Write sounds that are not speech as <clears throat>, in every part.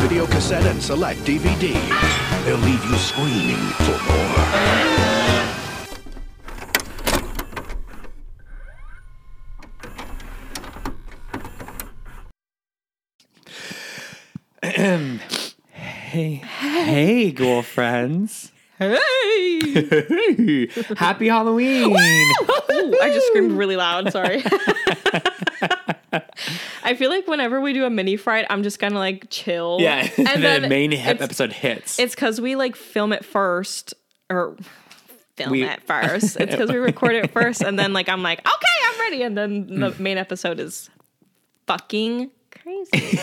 video cassette and select DVD. They'll leave you screaming for more. Hey, hey, girlfriends. Hey! Happy Halloween. Ooh, I just screamed really loud. Sorry. <laughs> I feel like whenever we do a mini fright, I'm just kind of like chill. <laughs> yeah. <laughs> and then the main it's, hip episode hits. It's because we like film it first, or film We- it first. It's because we record it first, and then like I'm like, okay, I'm ready, and then the main episode is fucking <laughs> crazy.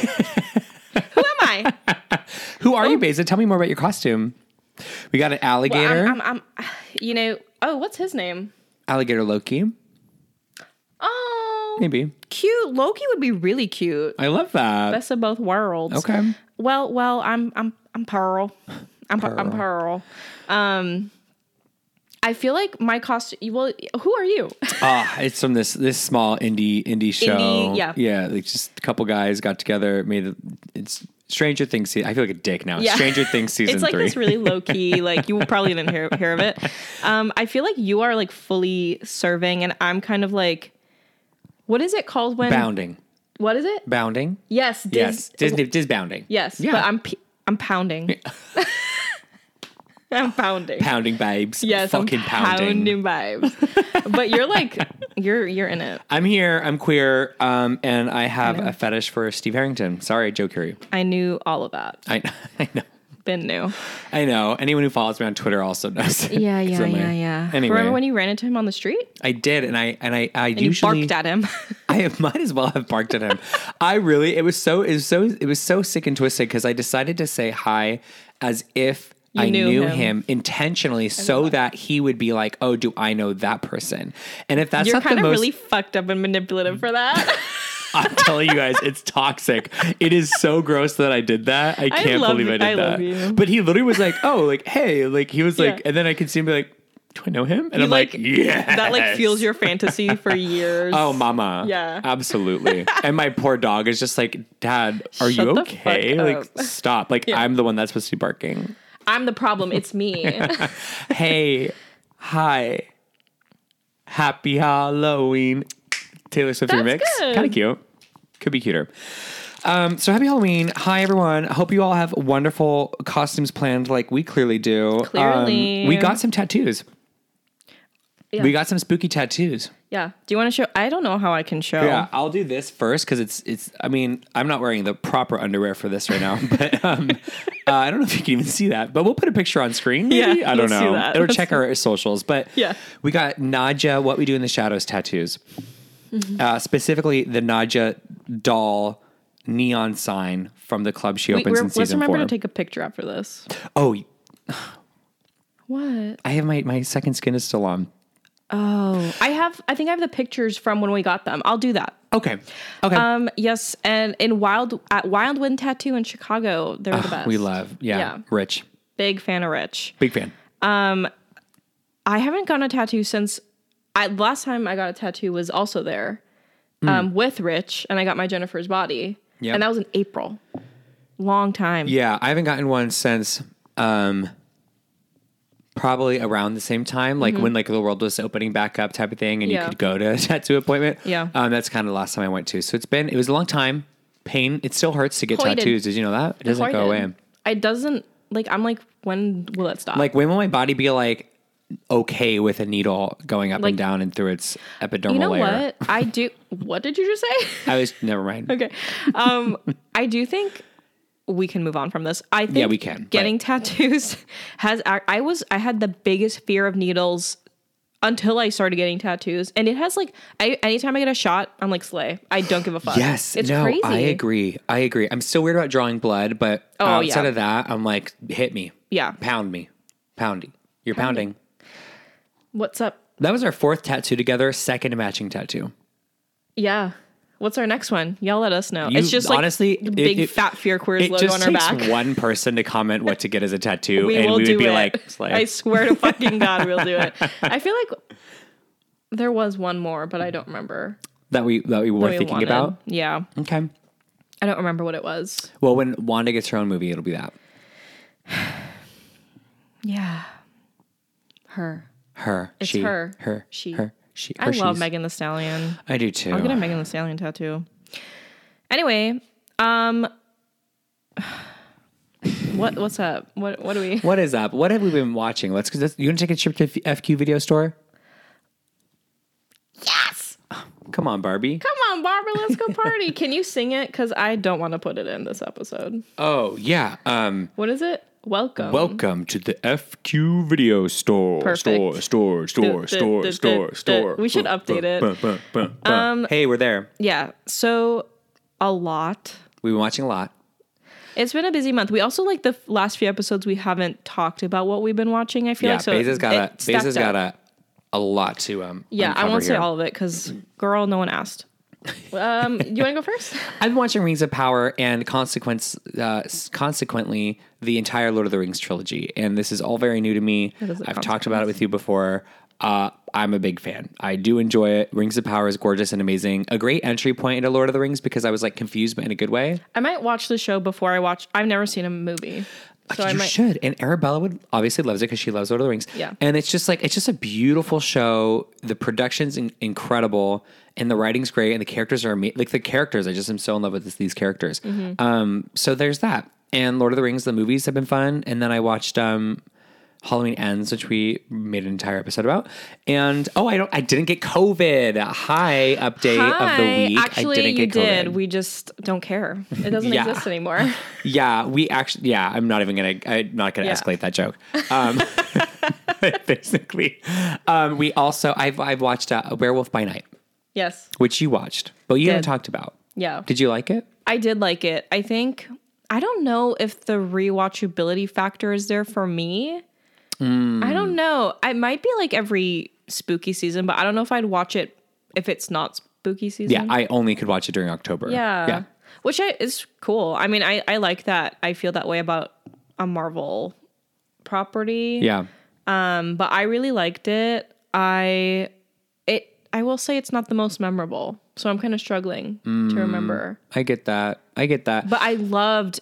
Who am I? Who are you, Beza? Tell me more about your costume. We got an alligator, Oh. Well, I'm, I'm, I'm, you know. Oh, what's his name? alligator Loki, Oh, maybe. cute. Loki would be really cute. I love that. Best of both worlds. okay. Well, well, I'm I'm I'm Pearl. I'm Pearl. I'm Pearl. Um, I feel like my costume. Well, who are you? <laughs> Ah, it's from this this small indie indie show. yeah. yeah. Like just a couple guys got together, made a, it's Stranger Things. se- I feel like a dick now. Yeah. Stranger Things season <laughs> it's like three. <laughs> this really low key. Like you probably didn't hear hear of it. Um, I feel like you are like fully serving, and I'm kind of like, what is it called when? bounding, What is it? bounding. Yes. Dis- Yes, Disney disbounding. Yes. Yeah. But I'm p- I'm pounding. <laughs> I'm pounding. pounding babes. Yes, fucking I'm pounding. <laughs> pounding vibes. but you're like you're you're in it. I'm here. I'm queer, um, and I have a fetish for Steve Harrington. Sorry, Joe Curie. I knew all of that. I, <laughs> I know. Been new. I know. Anyone who follows me on Twitter also knows. Yeah, It's yeah, in yeah, there. yeah. Anyway, Remember when you ran into him on the street? I did, and I and I, I And usually you barked at him. <laughs> <laughs> I might as well have barked at him. I really, it was so, it was so, it was so sick and twisted because I decided to say hi as if I knew knew, him. him. intentionally, so that. he would be like, "Oh, do I know that person?" And if that's you're not the kind of most, really fucked up and manipulative <laughs> for that. I'm telling you guys, it's toxic. It is so gross that I did that. I can't love believe I you. did I that. love you. But he literally was like, "Oh, like hey," like he was like, Yeah. and then I could see him be like, "Do I know him?" And I'm <laughs> like- like, "Yeah." that like fuels your <laughs> fantasy for years. Oh, mama. Yeah. Absolutely. and my poor dog is just like, Dad, are Shut you the okay? fuck Like, up." stop. Like, I'm the one that's supposed to be barking. I'm the problem. <laughs> It's me. Hey, hi, happy Halloween. Taylor Swift That's remix. good. Kind of cute. Could be cuter. Um, so happy Halloween. Hi, everyone. I hope you all have wonderful costumes planned like we clearly do. Um, Clearly. we got some tattoos. Yeah. We got some spooky tattoos. <laughs> yeah. Do you want to show? I don't know how I can show. Yeah, I'll do this first because it's it's. I mean, I'm not wearing the proper underwear for this right now, <laughs> but um, uh, I don't know if you can even see that. But we'll put a picture on screen. Maybe? Yeah, I don't let's do know. that. It'll Let's- <laughs> check our socials. But Yeah. we got Naja. What we do in the shadows tattoos, Mm-hmm. uh, specifically the Naja doll neon sign from the club she We, opens we're, in let's season remember four. to take a picture after this. oh, What? I have my my second skin is still on. Oh, I have. I think I have the pictures from when we got them. I'll do that. Okay. Okay. Um, yes, and in Wild at Wild Wind Tattoo in Chicago, they're the best. we love. Yeah, Yeah. Rich. Big fan of Rich. Big fan. I haven't gotten a tattoo since I last time I got a tattoo was also there, um, with Rich, and I got my Jennifer's body, Hmm. Yep. and that was in April. Long time. Yeah, I haven't gotten one since um probably around the same time, like when like the world was opening back up type of thing and Mm-hmm. Yeah. you could go to <laughs> a tattoo appointment. Yeah. Um that's kind of the last time I went to. So it's been it was a long time. Pain, it still hurts to get Hoided. tattoos. Did you know that? It doesn't Before I go did. away. It doesn't like I'm like when will it stop? Like when will my body be like okay with a needle going up Like- and down and through its epidermal you know layer? what I do. What did you <laughs> just say? I was never <laughs> mind. okay. Um, I do think we can move on from this. I think Yeah, we can, Getting tattoos <laughs> has I I was I had the biggest fear of needles until I started getting tattoos, and it has like I, anytime I get a shot, I'm like slay. I don't give a fuck. Yes, it's no, crazy. I agree. I agree. I'm still weird about drawing blood, but Oh, outside yeah. of that, I'm like, hit me. Yeah. Pound me. Poundy. You're pounding. What's up? That was our fourth tattoo together, second matching tattoo. Yeah. What's our next one? Y'all let us know. You- it's just like honestly, the it- big it- fat fear queers it logo just on our takes back. one person to comment what to get as a tattoo, <laughs> and we will would do be it. like, it's like- I swear <laughs> to fucking God, we'll do it. I feel like there was one more, but I don't remember. that we that we were we thinking wanted. about. Yeah. Okay. I don't remember what it was. Well, when Wanda gets her own movie, it'll be that. Yeah. Her. Her. It's she, her. Her. She. Her. She. I her, love she's. Megan the Stallion. I do too. I'll get a Megan the Stallion tattoo. Anyway, um <sighs> what what's up? What what do we What is up? What have we been watching? Let's. 'cause that's- You gonna take a trip to F- FQ Video Store? Yes! Come on, Barbie. Come on, Barbara, let's go <laughs> party. Can you sing it? Because I don't want to put it in this episode. Oh yeah. Um. What is it? Welcome. Welcome to the FQ Video Store. Perfect. Store. Store. Store. Duh, store. duh, duh, store. duh, store. duh. We should Buh, update buh, it. Um, buh, buh, buh, buh. hey, we're there. Yeah. So a lot. We've been watching a lot. It's been a busy month. We also like the f- last few episodes we haven't talked about what we've been watching. I feel Yeah. like so. Beza's got it a. stacked Beza's up. got a. A lot to um. Yeah, I uncover won't say here. all of it because girl, no one asked. Um, you want to go first? I've been watching Rings of Power and consequence, uh, consequently, the entire Lord of the Rings trilogy. And this is all very new to me. is a I've talked about it with you before. Uh, I'm a big fan. I do enjoy it. Rings of Power is gorgeous and amazing. A great entry point into Lord of the Rings because I was like confused, but in a good way. <laughs> I might watch the show before I watch. I've never seen a movie, so I you might. should. And Arabella would obviously loves it because she loves Lord of the Rings. Yeah. And it's just like it's just a beautiful show. The production's in- incredible, and the writing's great, and the characters are ama- like the characters. I just am so in love with this, these characters. Mm-hmm. Um, so there's that. And Lord of the Rings, the movies have been fun. And then I watched um, Halloween Ends, which we made an entire episode about. And oh, I don't, I didn't get COVID. Hi, update of Hi. the week. Actually, I didn't you get COVID. did. We just don't care. It doesn't Yeah. exist <laughs> anymore. Yeah, we actually. Yeah, I'm not even gonna. I'm not gonna Yeah. escalate that joke. Um, <laughs> basically, um, we also. I've I've watched uh, Werewolf by Night, yes, which you watched, but you haven't Did. talked about. yeah. Did you like it? I did like it. I think I don't know if the rewatchability factor is there for me. Hmm. I don't know. I might be like every spooky season, but I don't know if I'd watch it if it's not spooky season. Yeah, I only could watch it during October. Mm. yeah. yeah. Which I, is cool. I mean, I I like that. I feel that way about a Marvel property. Yeah. Um, but I really liked it. I it I will say it's not the most memorable. So I'm kind of struggling Mm. to remember. I get that. I get that. But I loved,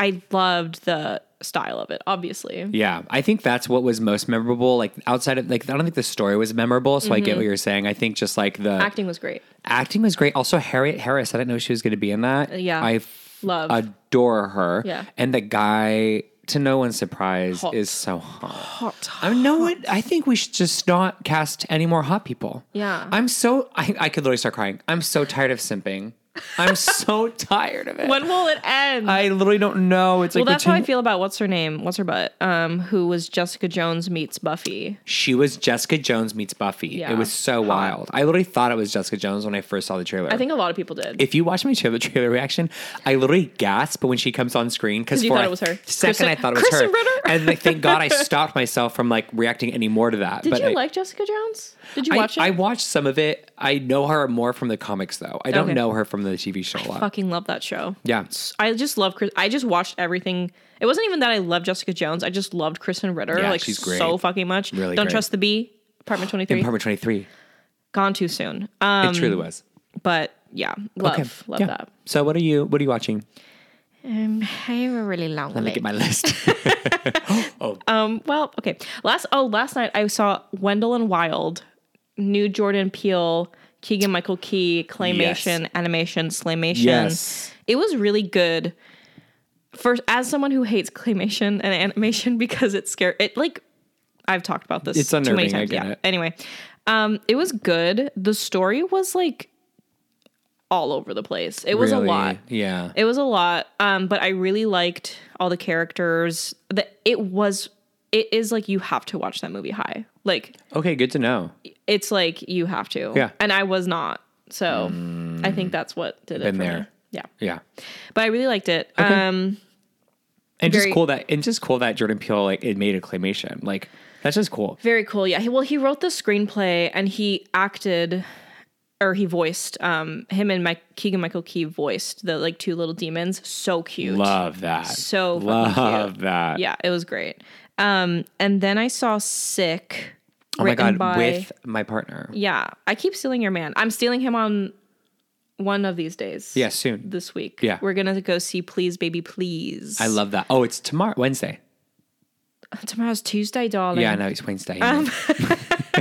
I loved the style of it. Obviously, Yeah, I think that's what was most memorable. Like outside of like, I don't think the story was memorable. So I Mm-hmm. get what you're saying. I think just like the acting was great. acting was great. Also, Harriet Harris. I didn't know she was going to be in that. Yeah. I f- Love. adore her. Yeah. and the guy, to no one's surprise, Hot. is so hot. Hot. I know what I think we should just not cast any more hot people. Yeah. I'm so I, I could literally start crying. I'm so tired of simping. I'm <laughs> so tired of it. When will it end? I literally don't know. It's well, like that's how I between- feel about what's her name, what's her butt, um, who was Jessica Jones meets Buffy. she was Jessica Jones meets Buffy. Yeah. It was so Hot. wild. I literally thought it was Jessica Jones when I first saw the trailer. I think a lot of people did. if you watch my trailer, trailer reaction, I literally gasp when she comes on screen because 'Cause you for thought a it was her. second I Kristen- thought it was Kristen her, Ritter? and like, thank God I stopped myself from like reacting anymore to that. did but you I, like Jessica Jones? Did you I, watch I it? watched some of it. I know her more from the comics though. I don't Okay. know her from the TV show a lot. fucking love that show. yeah, I just love Chris. I just watched everything. It wasn't even that I loved Jessica Jones. I just loved Kristen Ritter Yeah, like she's so great. fucking much. Really Don't great. trust the bee. <gasps> Apartment twenty three. Apartment Twenty Three. Gone too soon. It Um, truly was. but yeah, love love yeah. that. So what are you? What are you watching? Um, I have a really long Let me get my list. Um, well, okay. Last oh, last night I saw Wendell and Wild, new Jordan Peele, Keegan Michael Key, claymation, animation, slaymation. Yes. It was really good. First, as someone who hates claymation and animation <laughs> because it's scary, it like I've talked about this. It's Too many unnerving, I times. get yeah. it. Anyway, um, it was good. The story was like all over the place. <laughs> It was a lot. Yeah. It was a lot, um, but I really liked all the characters. The, it was, it is like you have to watch that movie high. Like okay. Good to know. it's like you have to. Yeah. Mm. And I was not, so I think that's what did it Been for me. there. Yeah, Yeah. but I really liked it. Um, And Very- just cool that and just cool that Jordan Peele like it made a claymation. Like that's just cool. very cool. Yeah. He, well, he wrote the screenplay and he acted. Or he voiced um him and Mike Keegan Michael Key voiced the like two little demons. So cute. Love that. So fucking cute. love that. yeah, it was great. Um, and then I saw Sick. Oh my written god, by- with my partner. yeah, I keep stealing your man. I'm stealing him on one of these days. Yeah, soon. This week. Yeah. We're going to go see Please Baby Please. I love that. Oh, it's tomorrow, Wednesday. <laughs> Tomorrow's Tuesday, darling. Yeah, I know it's Wednesday. isn't Um, <laughs> it?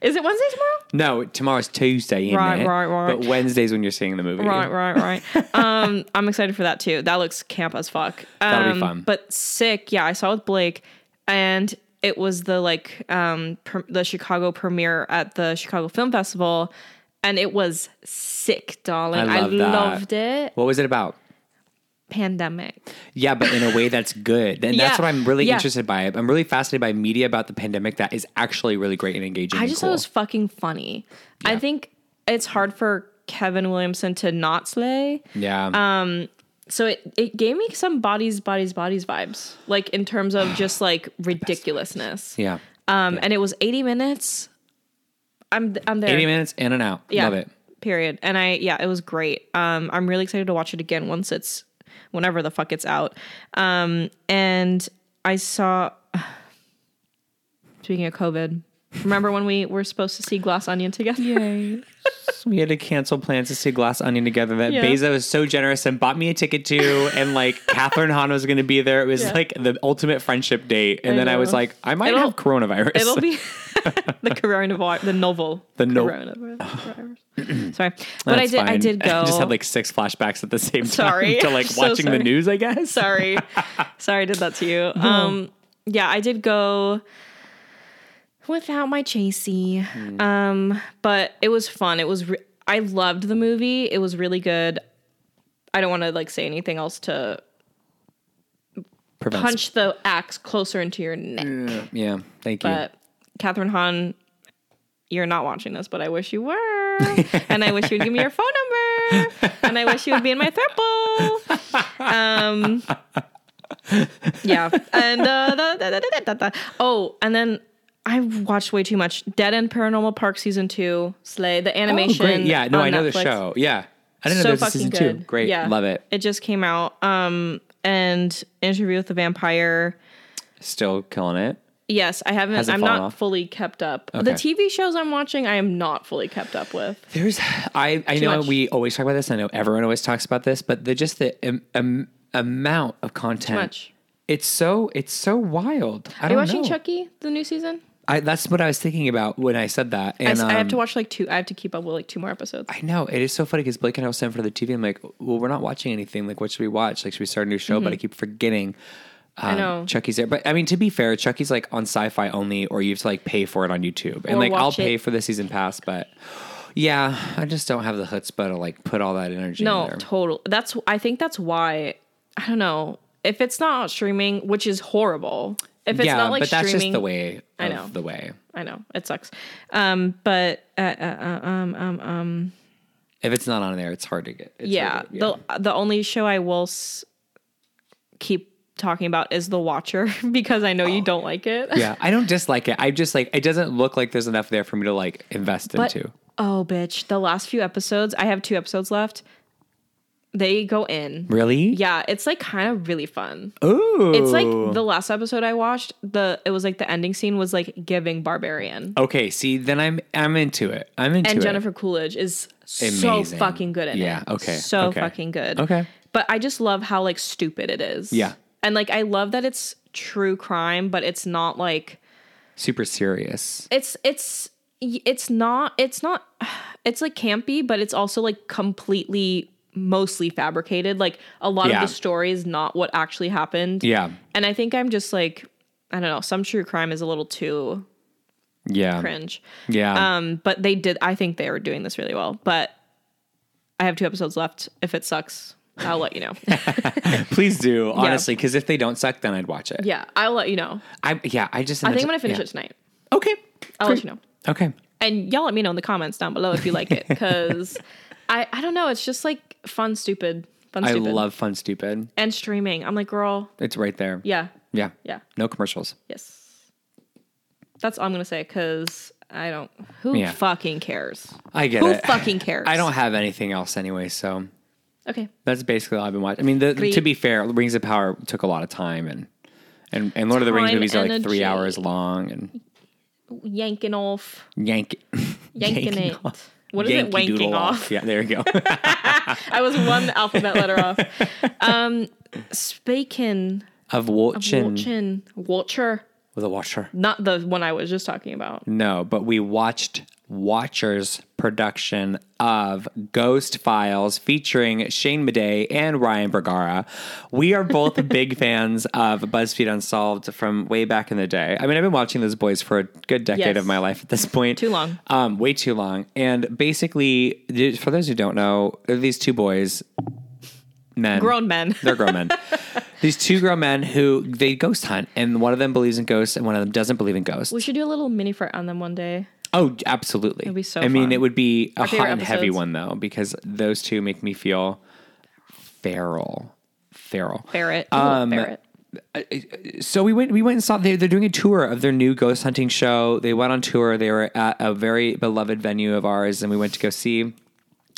Is it Wednesday tomorrow? no, tomorrow's Tuesday. Isn't Right, it? right, right. But Wednesday's when you're seeing the movie. Right, right, <laughs> right. um, I'm excited for that too. That looks camp as fuck. Um, That'll be fun. But sick, yeah. I saw it with Blake, and it was the like um pre- the Chicago premiere at the Chicago Film Festival, and it was sick, darling. I I, love that. loved it. What was it about? Pandemic. Yeah, but in a way that's good. And that's Yeah, what I'm really yeah. interested by. I'm really fascinated by media about the pandemic that is actually really great and engaging. I and just cool. thought it was fucking funny. I think it's hard for Kevin Williamson to not slay. Yeah. Um, So it, it gave me some bodies, bodies, bodies vibes, like in terms of just <sighs> like ridiculousness. yeah. Um, and it was 80 minutes. I'm I'm there. 80 minutes in and out. Yeah, Love it. Period. And I yeah, it was great. Um, I'm really excited to watch it again once it's whenever the fuck it's out. Um, and I saw. <sighs> Speaking of COVID, remember when we were supposed to see Glass Onion together? Yay! We had to cancel plans to see Glass Onion together that Yeah. Beza was so generous and bought me a ticket to. And <laughs> like Catherine Hahn was going to be there. It was Yeah. like the ultimate friendship date. And I then I was know. like, I might It'll- have coronavirus. <laughs> <laughs> It'll be <laughs> the coronavirus, the novel, The no- coronavirus. <clears throat> Sorry, but That's I did. I fine. did <laughs> go. I just had like six flashbacks at the same time <laughs> Sorry. to like I'm <laughs> so watching sorry. the news, I guess. sorry sorry i did that to you um yeah i did go without my chasey um but it was fun it was re- i loved the movie it was really good i don't want to like say anything else to Prevents- punch the axe closer into your neck Yeah. Thank you. but catherine hahn you're not watching this but i wish <laughs> you were and i wish you'd give me your phone number and i wish you would be in my throuple um yeah and uh, da, da, da, da, da, da. oh and then i watched way too much dead end paranormal park season two slay the Oh, great. animation Yeah. No, on I know the Netflix. show. Yeah. I didn't know so there was a fucking season good two. Great. yeah Love it. it just came out um and interview with the vampire Still killing it. Yes, I haven't. Hasn't I'm fallen not off? fully kept up. The Okay. TV shows I'm watching, I am not fully kept up with. There's, I, I know much. we always talk about this. I know everyone always talks about this, but the just the um, um, amount of content. much. It's so it's so wild. I Are you don't watching know. Chucky the new season? I, that's what I was thinking about when I said that. I And s- I, have um, to watch like two. I have to keep up with like two more episodes. I know it is so funny because Blake and I was sitting in front of the TV. I'm like, well, we're not watching anything. Like, what should we watch? Like, should we start a new show? But I keep forgetting. Um, Mm-hmm. know. Chucky's there, but I mean, to be fair, Chucky's like on Sci-Fi only, or you have to like pay for it on YouTube. And Or like, I'll watch pay it. for the season pass, but yeah, I just don't have the chutzpah to like put all that energy. in no, there. total. That's. I think that's why. I don't know if it's not on streaming, which is horrible. If it's yeah, not like but that's just streaming, the way. Of I know. the way. I know it sucks. Um, but uh, If it's not on there, it's hard to get. It's yeah, hard to- yeah. the the only show I will s- keep talking about is The Watcher <laughs> because I know you Oh. don't like it. yeah, I don't dislike it. I just like it doesn't look like there's enough there for me to like invest But- into. Oh, bitch. The last few episodes, I have two episodes left. They go in. Really? Yeah, it's like kind of really fun. Ooh. It's like Oh. the last episode I watched, the it was like the ending scene was like giving barbarian. Okay, see, then I'm I'm into it. I'm into and it. Jennifer Coolidge is so Amazing. fucking good in Yeah, it. okay, So okay. fucking good. Okay. But I just love how like stupid it is. Yeah. And like I love that it's true crime, but it's not like Super serious. it's it's it's not it's not <sighs> it's like campy but it's also like completely mostly fabricated like a lot Yeah. of the story is not what actually happened Yeah. and i think i'm just like i don't know some true crime is a little too Yeah. cringe Yeah. um but they did i think they were doing this really well but i have two episodes left if it sucks i'll let <laughs> you know Please do, honestly, because if they don't suck, then I'd watch it. Yeah. Um, yeah i'll let you know I yeah, I just i think i'm gonna finish it tonight Okay. i'll Great. let you know Okay. and y'all let me know in the comments down below if you <laughs> like it because I, I don't know it's just like fun stupid fun I stupid love fun stupid. and streaming i'm like girl It's right there. yeah Yeah. yeah No commercials. yes that's all i'm gonna say because i don't who Yeah. fucking cares I get who it. <laughs> fucking cares I don't have anything else anyway, so okay that's basically all I've been watching. I mean, the, Great. to be fair, Rings of Power took a lot of time, and and, and Lord of the Rings Time, movies are like energy. three hours long, and yanking off yank yanking, it off. What is it? Yankee Wanking Doodle off. Yeah, there you go. <laughs> I was one alphabet <laughs> letter off. Um, Spaken. of watching Watchin. Watcher. with a watcher. Not the one I was just talking about. No, but we watched Watchers production of Ghost Files featuring Shane Madej and Ryan Bergara. We are <laughs> both big fans of BuzzFeed Unsolved from way back in the day. I mean, I've been watching those boys for a good decade Yes. of my life at this point. Too long. Um, way too long. And basically, th- for those who don't know, these two boys, men, Grown men. they're grown <laughs> men. These two grown men who they ghost hunt, and one of them believes in ghosts, and one of them doesn't believe in ghosts. We should do a little mini fart on them one day. Oh, absolutely. be so I mean, fun. it would be a hot favorite and heavy episodes. one though, because those two make me feel feral, feral. Um, Ferret. A little ferret. So we went. We went and saw. They, they're doing a tour of their new ghost hunting show. They went on tour. They were at a very beloved venue of ours, and we went to go see.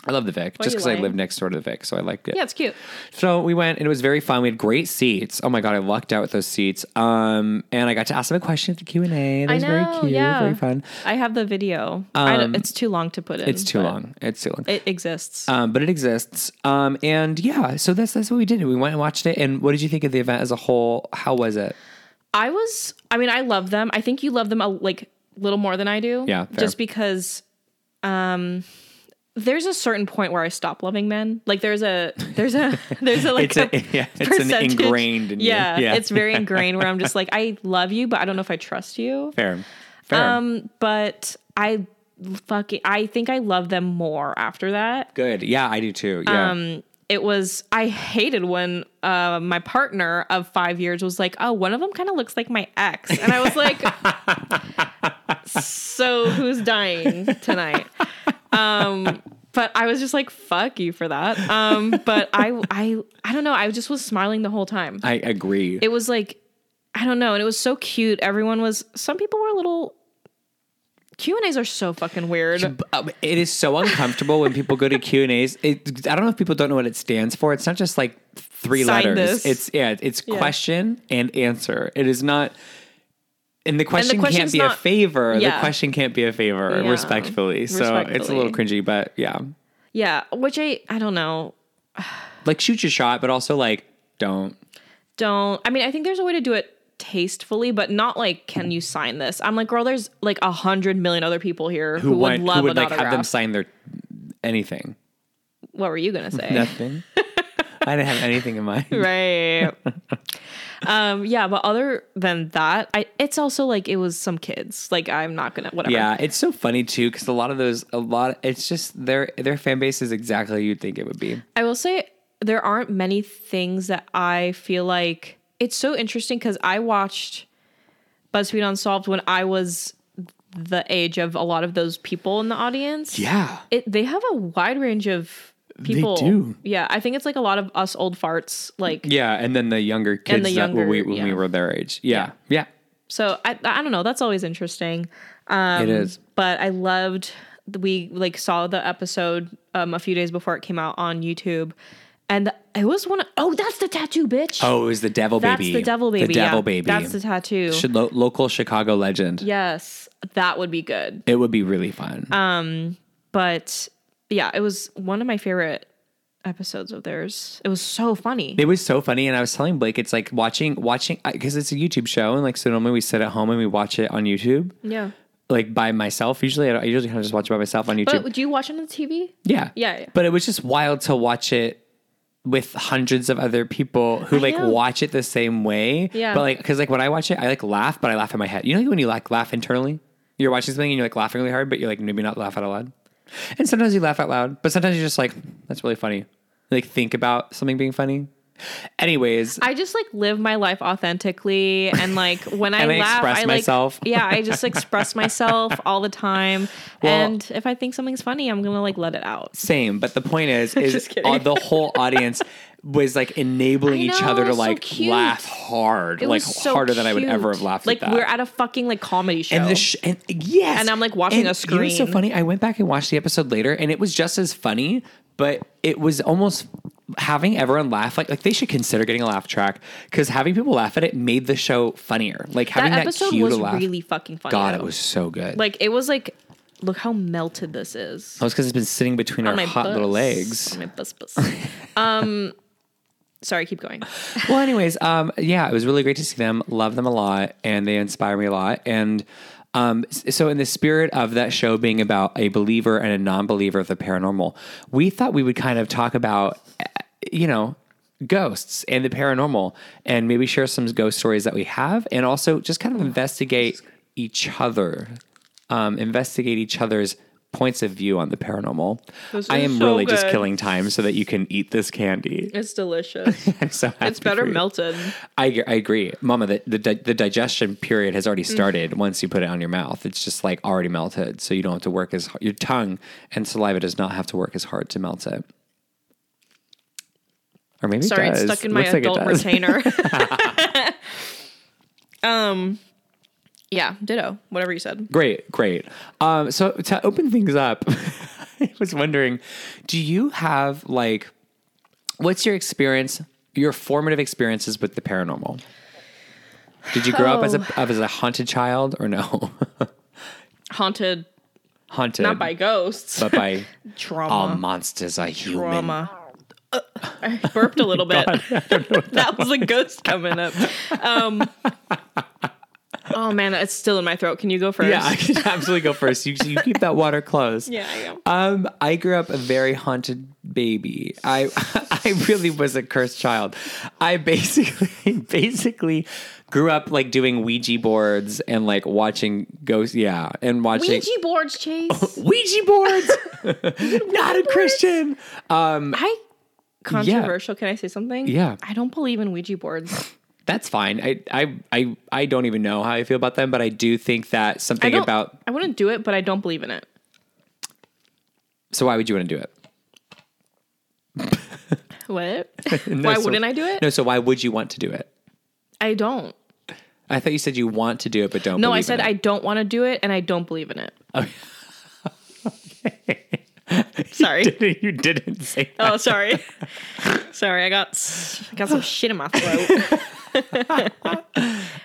I love the Vic, just you because I lying? live next door to the Vic, so I liked it. Yeah, it's cute. So we went and it was very fun. We had great seats. Oh my god, I lucked out with those seats. Um, and I got to ask them a question at the Q and A. That I was know. very cute, yeah. very fun. I have the video. I don't, it's too long to put in. Um, It's too but long. It's too long. It exists. um, but it exists. Um, and yeah, so that's that's what we did. We went and watched it. And what did you think of the event as a whole? How was it? I was. I mean, I love them. I think you love them a like little more than I do. Yeah, fair. Just because, um, there's a certain point where I stop loving men. Like there's a there's a <laughs> there's a like It's a- yeah, it's an percentage- ingrained in you. yeah, Yeah. <laughs> it's very ingrained where I'm just like I love you, but I don't know if I trust you. Fair, fair, Um, but I fucking I think I love them more after that good. Yeah, I do too. Yeah, it was I hated when uh, my partner of five years was like, "Oh, one of them kind of looks like my ex," and I was like, "So who's dying tonight?" Um, but I was just like, "Fuck you for that." Um, but I, I, I don't know. I just was smiling the whole time. I agree. It was like, I don't know, and it was so cute. Everyone was. Some people were a little. Q and A's are so fucking weird. Um, it is so uncomfortable when people go to Q and A's. It, I don't know if people don't know what it stands for. It's not just like three Sign letters. this. It's yeah, it's question and answer. It is not. And the question can't question's be a not- favor. The yeah. question can't be a favor, Yeah. respectfully. So it's a little cringy, but yeah, Yeah, which I, I don't know. like shoot your shot, but also like don't. don't i mean i think there's a way to do it tastefully but not like can you sign this i'm like girl there's like a hundred million other people here who, want- would love who would an like have autograph them sign their anything? <laughs> what were you gonna say Nothing. I didn't have anything in mind. <laughs> right um yeah but other than that i it's also like it was some kids like i'm not gonna <laughs> whatever Yeah, it's so funny too because a lot of those, a lot, it's just their their fan base is exactly who you'd think it would be. I will say there aren't many things that I feel like it's so interesting because I watched BuzzFeed Unsolved when I was the age of a lot of those people in the audience. Yeah. It they have a wide range of people. do. Yeah. I think it's like a lot of us old farts. Like Yeah, and then the younger kids And the that when we younger- when we yeah. were their age. Yeah, yeah, so I I don't know. That's always interesting. Um it is. but I loved we like saw the episode um a few days before it came out on YouTube. And it was one of, oh, that's the tattoo, bitch. Oh, it was the devil That's baby. the devil baby. The devil yeah. baby. That's the tattoo. Should lo- local Chicago legend. yes, that would be good. It would be really fun. But yeah, it was one of my favorite episodes of theirs. It was so funny. it was so funny, and I was telling Blake, it's like watching watching because it's a YouTube show, and like so normally we sit at home and we watch it on YouTube, yeah. like by myself. Usually, I, don't, I usually kind of just watch it by myself on YouTube. But do you watch it on the TV? Yeah. Yeah, yeah. But it was just wild to watch it with hundreds of other people who like know. watch it the same way. Yeah. But like, cause like when I watch it, I like laugh, but I laugh in my head. You know like, when you like laugh internally? You're watching something and you're like laughing really hard, but you're like maybe not laugh out loud. And sometimes you laugh out loud, but sometimes you're just like, that's really funny. Like think about something being funny. Anyways, I just like live my life authentically and like when I <laughs> And I laugh, express I like myself. <laughs> yeah, I just express myself all the time. <laughs> Well- and if I think something's funny, I'm gonna like let it out. same. But the point <laughs> is, is Just kidding. all, the whole audience was like enabling I each know, other it to was so like cute. laugh hard, It like was so harder than I would cute. ever have laughed. Like at that. we're at a fucking like comedy show. And the sh- and yes, And I'm, like, watching a You know what's so screen. funny. I went back and watched the episode later, and it was just as funny, but it was almost having everyone laugh. Like, like they should consider getting a laugh track because having people laugh at it made the show funnier. Like having that that, episode cue was to laugh. really fucking funny. God, though. it was so good. like it was like look how melted this is. Oh, it's because it's been sitting between our on my hot bus. little legs. On my <laughs> bus, bus. um, sorry, keep going. well, anyways, um, yeah, it was really great to see them. Love them a lot, and they inspire me a lot. And um, s- so, in the spirit of that show being about a believer and a non-believer of the paranormal, we thought we would kind of talk about, eh, you know. Ghosts and the paranormal, and maybe share some ghost stories that we have, and also just kind of investigate each other, um, investigate each other's points of view on the paranormal. This I is am so really just good. killing time so that you can eat this candy. <laughs> It's delicious. I'm so happy It's better for you. melted. I, ag- I agree, Mama. The, the di- the digestion period has already Mm-hmm. started once you put it on your mouth. It's just like already melted, so you don't have to work as hard. your tongue and saliva does not have to work as hard to melt it. Or maybe Sorry, it it's does. stuck in my Looks like it adult does. retainer. um, <laughs> yeah, ditto. Whatever you said. <laughs> Great, great. Um, so to open things up, <laughs> I was wondering, do you have like, what's your experience, your formative experiences with the paranormal? Did you grow up as Oh. a as a haunted child or no? <laughs> Haunted, haunted, not by ghosts. but by <laughs> trauma. all monsters are human. trauma. Uh, I burped a <laughs> little bit. that, was a ghost coming up. <laughs> Um, oh man, it's still in my throat. Can you go first? Yeah, I can absolutely go first. You, you keep that water closed. yeah, I am. Um, I grew up a very haunted baby. I <laughs> I really was a cursed child. I basically <laughs> basically grew up like doing Ouija boards and like watching ghosts. Yeah, and watching Ouija boards, Oh, Chase. Ouija <laughs> boards. <laughs> Not a Christian. I controversial. Can I say something? Yeah. I don't believe in Ouija boards. That's fine. I I I I don't even know how I feel about them, but I do think that I something don't, about. I wouldn't do it, but I don't believe in it. So why would you want to do it? What? <laughs> No, Why so- wouldn't I do it? No, so why would you want to do it? I don't. I thought you said you want to do it, but don't. No, I believe said I in don't want to do it, and I don't believe in it. <laughs> <laughs> Sorry. I. <laughs> you didn't say. That. <laughs> Oh, sorry. sorry, I got I <sighs> got some shit in my throat. <laughs>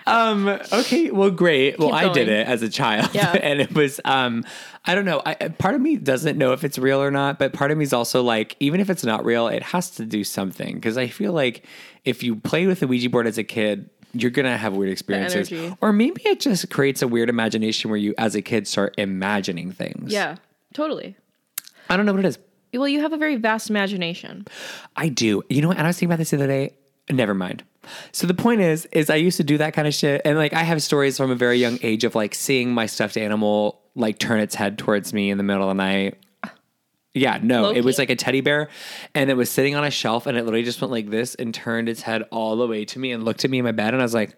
Um. Okay. Well, great. Well, I did Oh. going. it as a child, Yeah. <laughs> and it was. Um. I don't know. I, part of me doesn't know if it's real or not, but part of me is also like, even if it's not real, it has to do something because I feel like if you play with the Ouija board as a kid. You're gonna have weird experiences, energy. or maybe it just creates a weird imagination where you, as a kid, start imagining things. Yeah, totally. I don't know what it is. Well, you have a very vast imagination. I do. You know what? And I was thinking about this the other day. Never mind. So the point is, is I used to do that kind of shit, and like I have stories from a very young age of like seeing my stuffed animal like turn its head towards me in the middle of the night. Yeah, no, Loki? it was like a teddy bear, and it was sitting on a shelf, and it literally just went like this and turned its head all the way to me and looked at me in my bed, and I was like,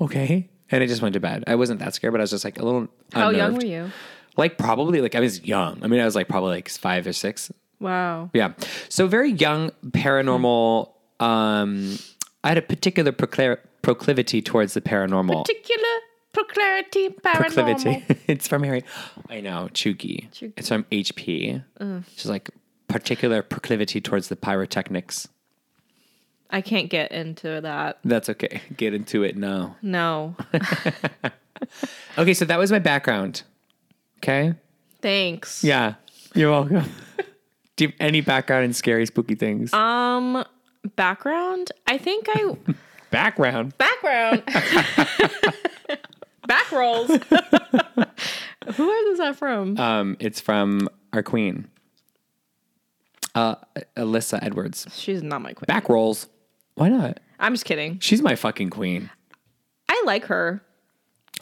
okay, and it just went to bed. I wasn't that scared, but I was just like a little. How young unnerved. were you? Like probably like I was young. I mean, I was like probably like five or six, Wow. yeah. So very young paranormal. Um, I had a particular procl- proclivity towards the paranormal. Particular proclarity paranormal. proclivity. <laughs> it's from Harry. I know, Chugi. It's from HP. Mm. She's like particular proclivity towards the pyrotechnics. I can't get into that. That's okay. <laughs> Get into it now. No. Okay, so that was my background. Okay. Thanks. Yeah. You're <laughs> welcome. Do you have any background in scary, spooky things? Um background? I think I background. background. <laughs> Back rolls. <laughs> Who is that from? Um, it's from our queen, uh, Alyssa Edwards. She's not my queen. Back rolls. Why not? I'm just kidding. She's my fucking queen. I like her.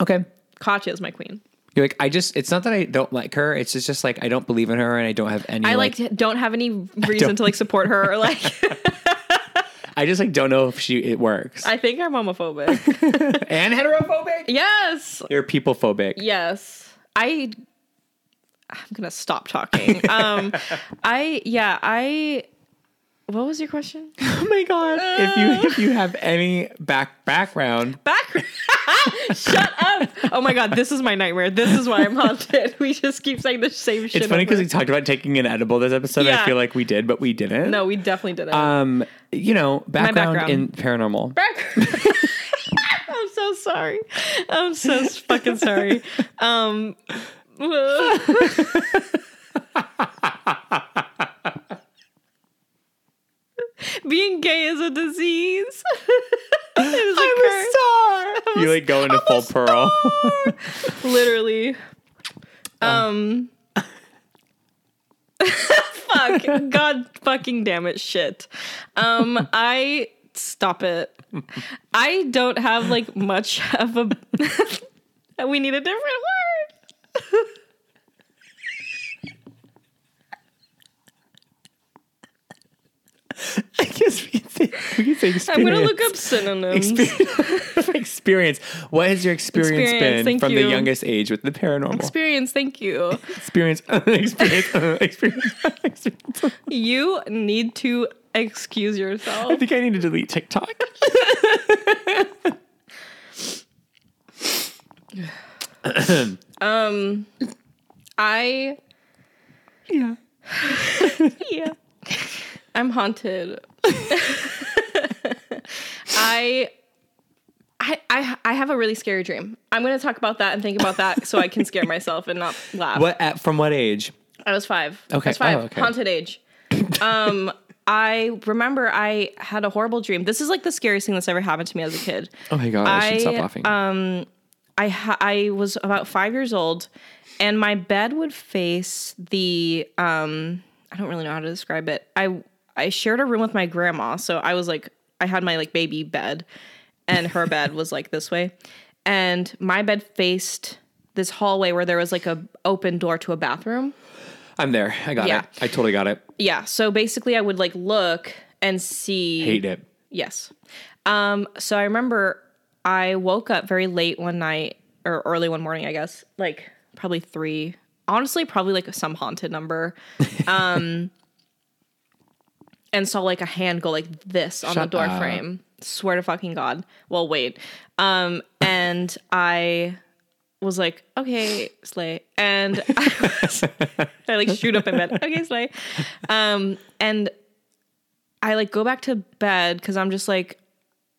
Okay. Katya is my queen. You're like I just. It's not that I don't like her. It's just, just like I don't believe in her, and I don't have any. I like, don't have any reason to like support her or like I just like don't know if she it works. I think I'm homophobic. <laughs> and heterophobic. yes. You're people phobic. <laughs> Yes. I I'm gonna stop talking. Um I yeah, I what was your question? Oh my god. if you if you have any back background, Back <laughs> Shut up. Oh my god, this is my nightmare. This is why I'm haunted. <laughs> We just keep saying the same shit. it's funny over. because we talked about taking an edible this episode. I Yeah. feel like we did, but we didn't. No, we definitely did it. Um. You know, background background. in paranormal. Back <laughs> I'm so sorry. I'm so fucking sorry. Um <laughs> Being gay is a disease. <laughs> it is a curse. star. You like go into full pearl. Literally. Um. <laughs> fuck. God fucking damn it. Shit. Um. I stop it. I don't have like much of a. we need a <laughs> different word. <laughs> I guess we can say, we can say experience. I'm gonna look up synonyms. Exper- <laughs> experience. What has your experience, Experience, been thank from the you. youngest age with the paranormal? Experience. Thank you. experience, <laughs> experience, <laughs> experience, experience. <laughs> You need to excuse I yourself. think I need to delete TikTok. I. Yeah. <laughs> Yeah. I'm haunted. <laughs> I. I, I, I have a really scary dream. I'm going to talk about that and think about that so I can <laughs> scare myself and not laugh. What at from what age? I was five. Okay. I was five. Oh, okay. Haunted age. <laughs> um, I remember I had a horrible dream. This is like the scariest thing that's ever happened to me as a kid. Oh my god, I, should stop I, um, laughing. I ha- I was about five years old, and my bed would face the um I don't really know how to describe it. I I shared a room with my grandma, so I was like I had my like baby bed, and her bed was like this way, and my bed faced this hallway where there was like a open door to a bathroom. I'm there. I got yeah. it. I totally got it. Yeah, so basically I would like look and see Hate it. Yes. Um, so I remember I woke up very late one night or early one morning, I guess, like probably three. Honestly, probably like some <laughs> haunted number. Um, and saw like a hand go like this on Shut the door up. frame. Swear to fucking God. Well, wait. Um, and I was like, okay, Slay. And <laughs> I, was, I like shoot up in bed. Okay, Slay. Um, and I like go back to bed because I'm just like,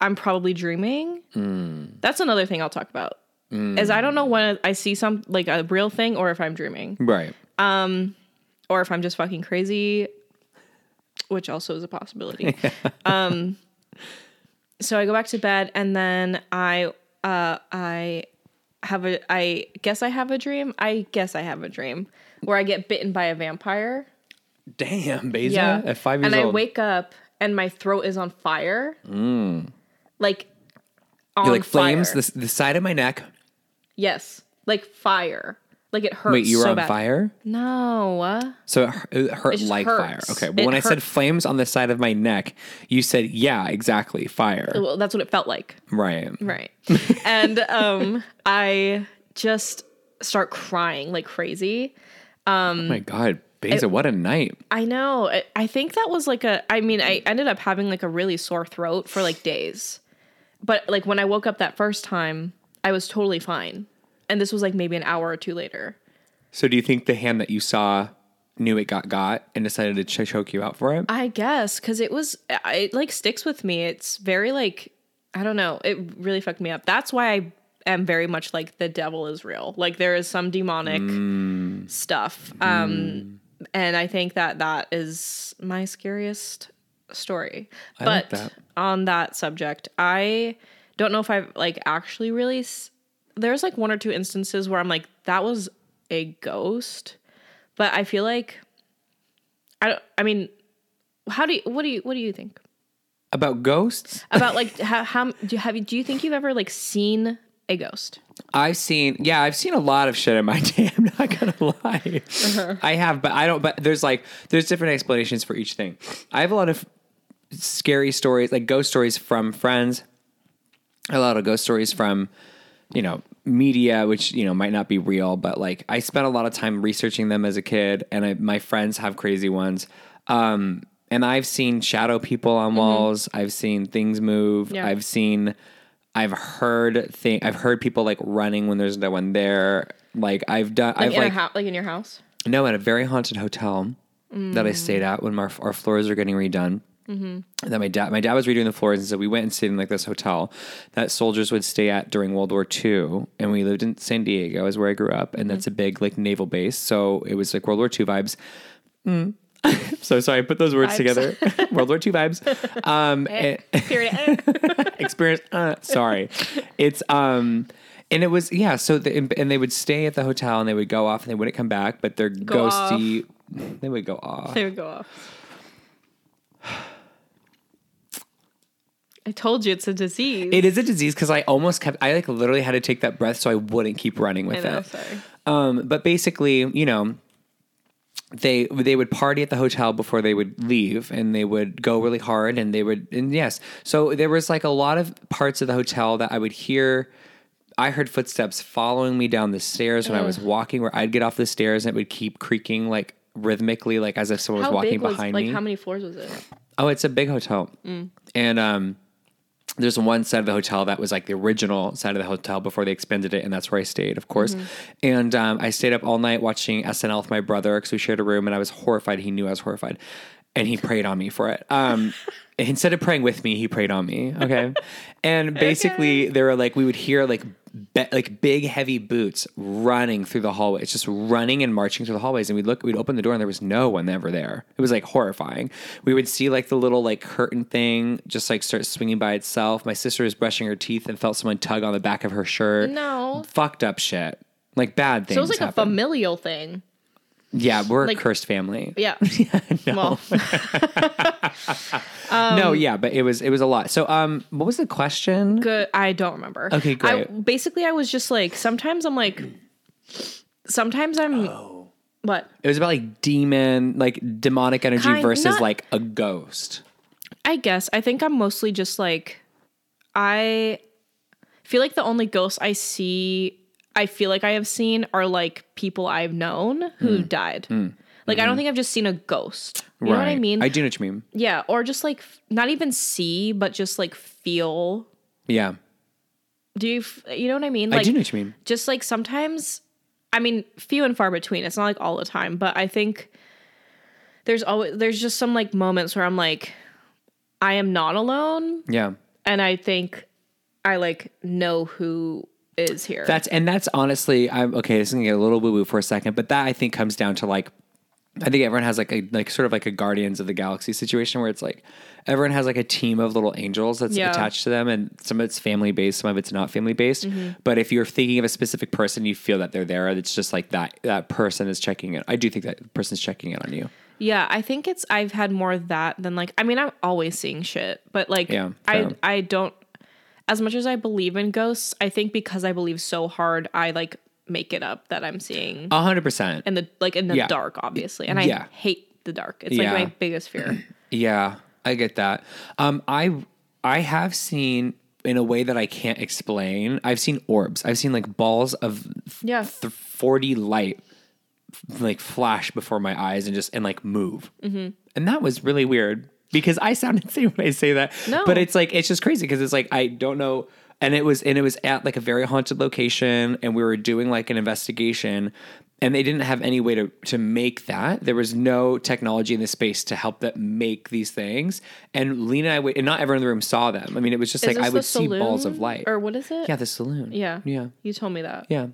I'm probably dreaming. That's another thing I'll talk about. Is I don't know when I see some like a real thing or if I'm dreaming Right. or if I'm just fucking crazy, which also is a possibility. um, so I go back to bed and then I uh, I have a I guess I have a dream. I guess I have a dream where I get bitten by a vampire. Damn, Beza. At five years and old. I wake up and my throat is on fire. Like on You're Mm. like flames, fire. the, the side of my neck. yes. Like fire. Like it hurts. Wait, you were so on bad. fire? No. So it, hu- it hurt It just like hurts. fire. Okay. But It when I said hurt- flames on the side of my neck, you said, yeah, exactly, fire. Oh Well, that's what it felt like. Right. Right. <laughs> and um I just start crying like crazy. Oh my God. Beza, what a night. I know. I, I think that was like a I mean, I ended up having like a really sore throat for like days. But like when I woke up that first time, I was totally fine. And this was like maybe an hour or two later. So do you think the hand that you saw knew it got got and decided to ch- choke you out for it? I guess cuz it was I- it like sticks with me. It's very like I don't know. It really fucked me up. That's why I am very much like the devil is real. Like there is some demonic Mm. stuff. Um and I think that that is my scariest story. like but that. on that subject, I don't know if I've like actually really s- there's like one or two instances where I'm like that was a ghost, but I feel like I don't I mean how do you what do you what do you think About ghosts? about like <laughs> how, how do you have you do you think you've ever like seen a ghost I've seen, yeah, I've seen a lot of shit in my <laughs> day. I'm not gonna lie, Uh-huh. I have, but I don't. But there's like there's different explanations for each thing. I have a lot of scary stories, like ghost stories from friends. A lot of ghost stories from, you know, media, which you know might not be real, but like I spent a lot of time researching them as a kid, and I, my friends have crazy ones. Um, and I've seen shadow people on walls. I've seen things move. Mm-hmm. Yeah. I've seen I've heard thing. I've heard people like running when there's no one there. Like I've done. like I've in like a house like in your house no at a very haunted hotel that I stayed at when our, our floors are getting redone. And then my dad, my dad was redoing the floors, and so we went and stayed in like this hotel that soldiers would stay at during World War II. And we lived in San Diego, is where I grew up, and that's a big like naval base, so it was like World War II vibes. Mm. <laughs> so sorry, I put those words Vibes. together. World War II vibes. Um, and- <laughs> <laughs> Period. experience. Uh, sorry, it's um, and it was yeah. So the, and they would stay at the hotel and they would go off and they wouldn't come back, but they're Go off. ghosty. They would go off. There we go off. I told you it's a disease. It is a disease because I almost kept. I like literally had to take that breath so I wouldn't keep running I with know, it. sorry. Um, but basically, you know, they they would party at the hotel before they would leave, and they would go really hard, and they would and yes, so there was like a lot of parts of the hotel that I would hear. I heard footsteps following me down the stairs when I was walking, where I'd get off the stairs and it would keep creaking like rhythmically, like as if someone was walking behind like me. how many floors was it? Oh, it's a big hotel. And um, there's one side of the hotel that was like the original side of the hotel before they expanded it. And that's where I stayed, of course. And um, I stayed up all night watching SNL with my brother because we shared a room and I was horrified. He knew I was horrified. And he prayed on me for it. Um, instead of praying with me, he prayed on me. Okay. and basically, they were like, we would hear like, be- like big heavy boots running through the hallways, just running and marching through the hallways. And we'd look, we'd open the door, and there was no one ever there. It was like horrifying. We would see like the little like curtain thing just like start swinging by itself. My sister was brushing her teeth and felt someone tug on the back of her shirt. No. fucked up shit, like bad things. So it was like happen. a familial thing. yeah, we're like- a cursed family. <laughs> Yeah. Well, um, no, yeah, but it was it was a lot. So um, what was the question? good. I don't remember. Okay, I, great. basically, I was just like, sometimes I'm like, sometimes I'm. Oh. What? It was about like demon, like demonic energy Kind- versus not- like a ghost. I guess. I think I'm mostly just like, I feel like the only ghosts I see, I feel like I have seen are like people I've known Hmm. who died. Like, I don't think I've just seen a ghost. You know what I Right. mean? I do know what you mean. yeah. Or just like, f- not even see, but just like feel. Yeah. Do you, f- you know what I mean? Like, I do know what you mean. just like sometimes i mean few and far between it's not like all the time but i think there's always there's just some like moments where i'm like i am not alone Yeah. and i think i like know who is here That's and that's honestly I'm okay, this is gonna get a little woo woo for a second, but that I think comes down to like I think everyone has like a like sort of like a Guardians of the Galaxy situation where it's like everyone has like a team of little angels that's Yeah. attached to them and some of it's family based, some of it's not family based. Mm-hmm. But if you're thinking of a specific person, you feel that they're there. It's just like that that person is checking it. I do think that person's checking it on you. yeah i think it's i've had more of that than like i mean i'm always seeing shit but like Yeah, i fair. i don't as much as i believe in ghosts i think because i believe so hard i like make it up that i'm seeing A hundred percent. in the like in the Uh, Yeah. dark, obviously. And I Yeah. hate the dark. It's Yeah. like my biggest fear. <clears throat> Yeah, I get that. Um, I I have seen in a way that I can't explain. I've seen orbs. I've seen like balls of Yeah. th- forty light f- like flash before my eyes and just and like move. Mm-hmm. And that was really weird because I sound <laughs> insane when I say that. No. but it's like it's just crazy because it's like I don't know. And it was and it was at like a very haunted location, and we were doing like an investigation, and they didn't have any way to to make that. There was no technology in the space to help that make these things. And Lena and I would, and not everyone in the room saw them. I mean, it was just Is like I this the would see balls of saloon? light. Or what is it? yeah, the saloon. Yeah. yeah. You told me that. Yeah.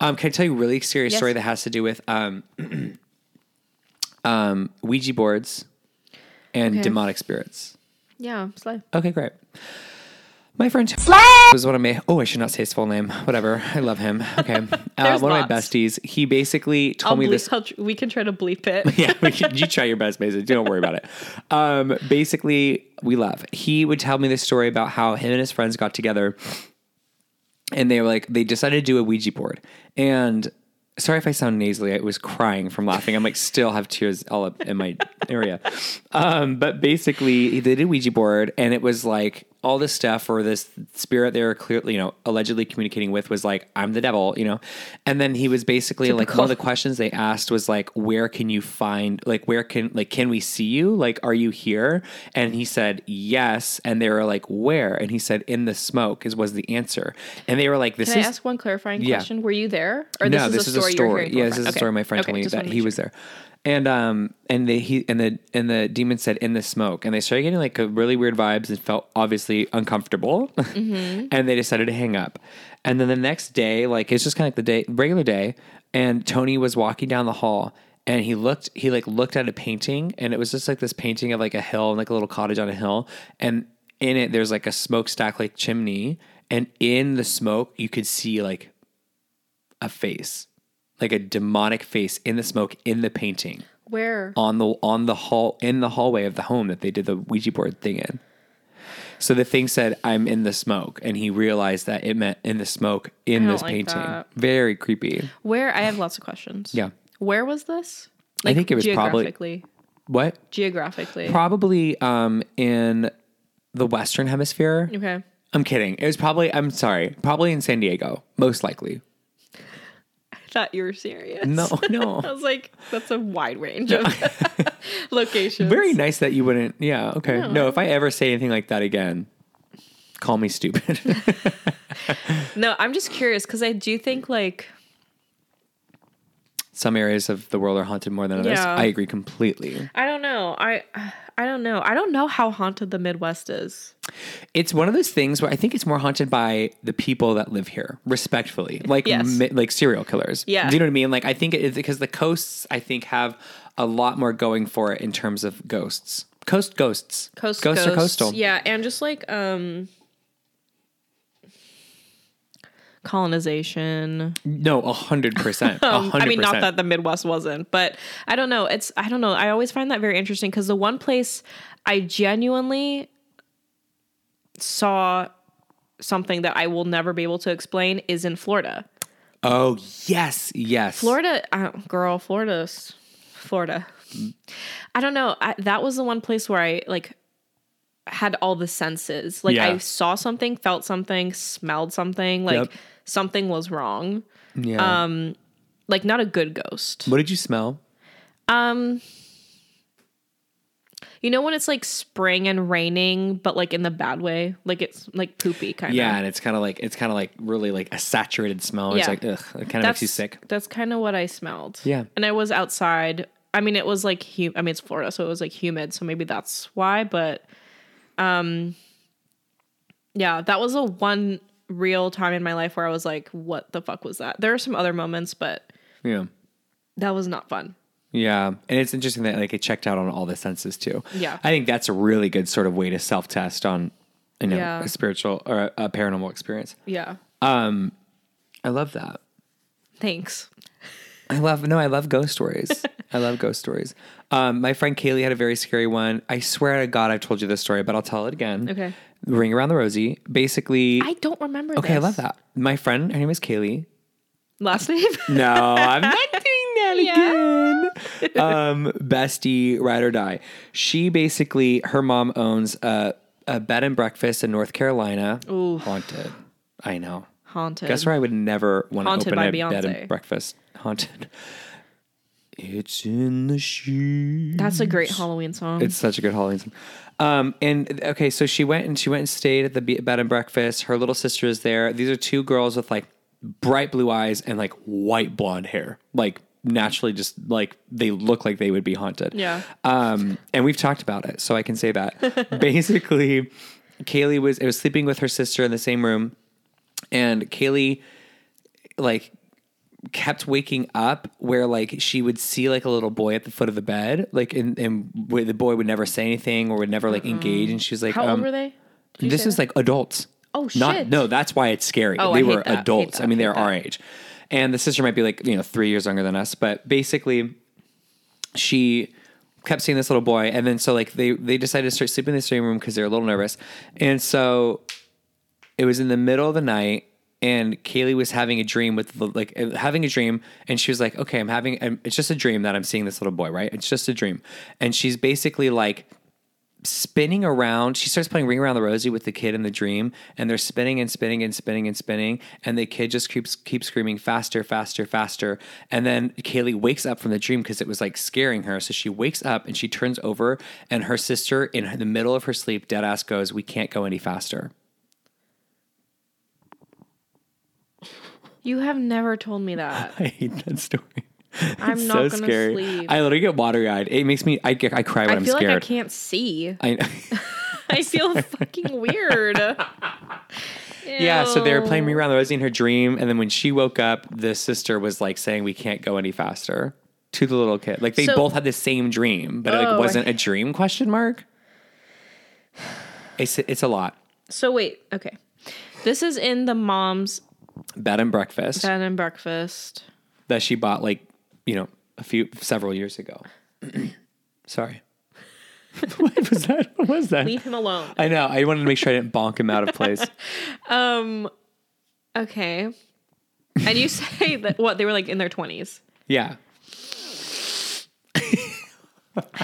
Um, can I tell you a really serious Yes. story that has to do with um, <clears throat> um, Ouija boards and Okay. demonic spirits? Yeah. Slay. Okay, great. My friend was one of my oh I should not say his full name whatever I love him <laughs> okay uh, There's one of my lots. besties he basically told I'll me bleep, this I'll tr- we can try to bleep <laughs> it. yeah, <laughs> we can- you try your best, Mason. Don't worry about it. Um, basically, we love. He would tell me this story about how him and his friends got together, and they were like they decided to do a Ouija board. And sorry if I sound nasally. I was crying from laughing. I'm like still have tears all up in my area. Um, but basically, they did a Ouija board, and it was like all this stuff or this spirit they were clearly, you know, allegedly communicating with was like, "I'm the devil," you know. And then he was basically like one of the questions they asked was like, "Where can you find? Like, where can like can we see you? Like, are you here?" And he said, "Yes." And they were like, "Where?" And he said, "In the smoke." Is was the answer. And they were like, "This Can I is." ask one clarifying Yeah. question? Were you there? Or no, this is a story. you're hearing from yeah, a this friend? is a Okay. story my friend Okay, told me just that wanna he make was there. And um and the he and the and the demon said in the smoke and they started getting like a really weird vibes and felt obviously uncomfortable Mm-hmm. <laughs> and they decided to hang up and then the next day like it's just kind of like the day regular day and Tony was walking down the hall and he looked he like looked at a painting and it was just like this painting of like a hill and like a little cottage on a hill and in it there's like a smokestack like chimney and in the smoke you could see like a face like a demonic face in the smoke in the painting Where? on the on the hall in the hallway of the home that they did the ouija board thing in so the thing said i'm in the smoke and he realized that it meant in the smoke in don't this like painting that. very creepy Where? I have lots of questions. yeah Where was this? I think it was probably- geographically. what Geographically. probably um in the western hemisphere okay. i'm kidding it was probably i'm sorry probably in san diego most likely I thought you were serious. no <laughs> I no was like, that's a wide range of <laughs> locations. very nice that you wouldn't yeah okay no if i ever say anything like that again call me stupid <laughs> No, I'm just curious because I do think like some areas of the world are haunted more than others. Yeah. I agree completely. I don't know. I I don't know. I don't know how haunted the Midwest is. It's one of those things where I think it's more haunted by the people that live here, respectfully, like Yes. mi- like serial killers. Yeah. do you know what I mean? Like I think it's because the coasts, I think, have a lot more going for it in terms of ghosts. Coast ghosts, Coast ghosts are coastal. Yeah, and just like um colonization. No, a hundred percent. Um, <laughs> I mean, not 100%. that the Midwest wasn't, but I don't know. It's I don't know. I always find that very interesting because the one place I genuinely saw something that I will never be able to explain is in Florida. Oh yes, yes. Florida, uh, girl, Florida's Florida. I don't know. I, that was the one place where I like had all the senses. Like I Yeah. saw something, felt something, smelled something. Like Yep. something was wrong. Yeah. um, Like not a good ghost. what did you smell? You know when it's like spring and raining, but like in the bad way. Like it's like poopy kind of. Yeah, and it's kind of like it's kind of like really like a saturated smell. It's Yeah. like ugh, it kind of makes you sick. That's kind of what I smelled. Yeah. And I was outside. I mean, it was like hu- I mean, it's Florida, so it was like humid, so maybe that's why. But, um, yeah, that was a one real time in my life where I was like, "What the fuck was that?" There are some other moments, but Yeah. that was not fun. Yeah. And it's interesting that like it checked out on all the senses too. Yeah. I think that's a really good sort of way to self test on, you know, Yeah. a spiritual or a, a paranormal experience. Yeah. I love that. Thanks. I love, no, I love ghost <laughs> stories. I love ghost stories. Um, my friend Kaylee had a very scary one. I swear to God, I've told you this story, but I'll tell it again. Okay. Ring around the Rosie. Basically, I don't remember. okay, I this. love that. My friend, her name is Kaylee. <laughs> Last name. No, I'm <laughs> not doing that again. Um, bestie, ride or die. She basically, her mom owns a, a bed and breakfast in North Carolina. Haunted. I know. Haunted. Guess where I would never want to Haunted open by a bed Beyonce. and breakfast. Haunted. It's in the sheet. That's <laughs> a great Halloween song. It's such a good Halloween song. Um, and okay, so she went and she went and stayed at the be- bed and breakfast. Her little sister is there. These are two girls with like bright blue eyes and like white blonde hair, like naturally just like they look like they would be haunted. Yeah. Um, and we've talked about it, so I can say that. Basically, Kaylee was it was sleeping with her sister in the same room, and Kaylee like kept waking up where like she would see like a little boy at the foot of the bed like and, and where the boy would never say anything or would never like engage and she was like How um, old were they? Did you this say is that? like adults Oh, shit. not no that's why it's scary Oh, they I hate were that. I hate adults that. i mean I they're hate our age and the sister might be like you know three years younger than us but basically she kept seeing this little boy and then so like they they decided to start sleeping in the same room because they're a little nervous and so it was in the middle of the night and Kaylee was having a dream with the- like uh, having a dream and she was like okay I'm having I'm, it's just a dream that I'm seeing this little boy right it's just a dream and she's basically like spinning around she starts playing ring around the rosie with the kid in the dream and they're spinning and spinning and spinning and spinning and the kid just keeps keeps screaming faster faster faster and then Kaylee wakes up from the dream because it was like scaring her so she wakes up and she turns over and her sister in the middle of her sleep dead ass goes we can't go any <laughs> faster You have never told me that. <laughs> I hate that story. I'm not so gonna scary. sleep. I literally get watery eyed. It makes me. I, get- I cry when I I am feel like I scared. <laughs> can't see. I, <laughs> I feel fucking weird. <laughs> yeah. So they were playing Ew. Rerun of the Rosie in her dream, and then when she woke up, the sister was like saying, "We can't go any faster." To the little kid, like they So- both had the same dream, but it Oh, I- like wasn't a dream? Question mark. It's it's a lot. So wait, okay. This is in the mom's Bed and breakfast bed and breakfast. that she bought like you know a few several years ago. <clears throat> Sorry. <laughs> what was that? What was that? Leave him alone. I know. I wanted to make sure I didn't bonk him out of place. Okay. And you <laughs> say that what they were like in their twenties. Yeah.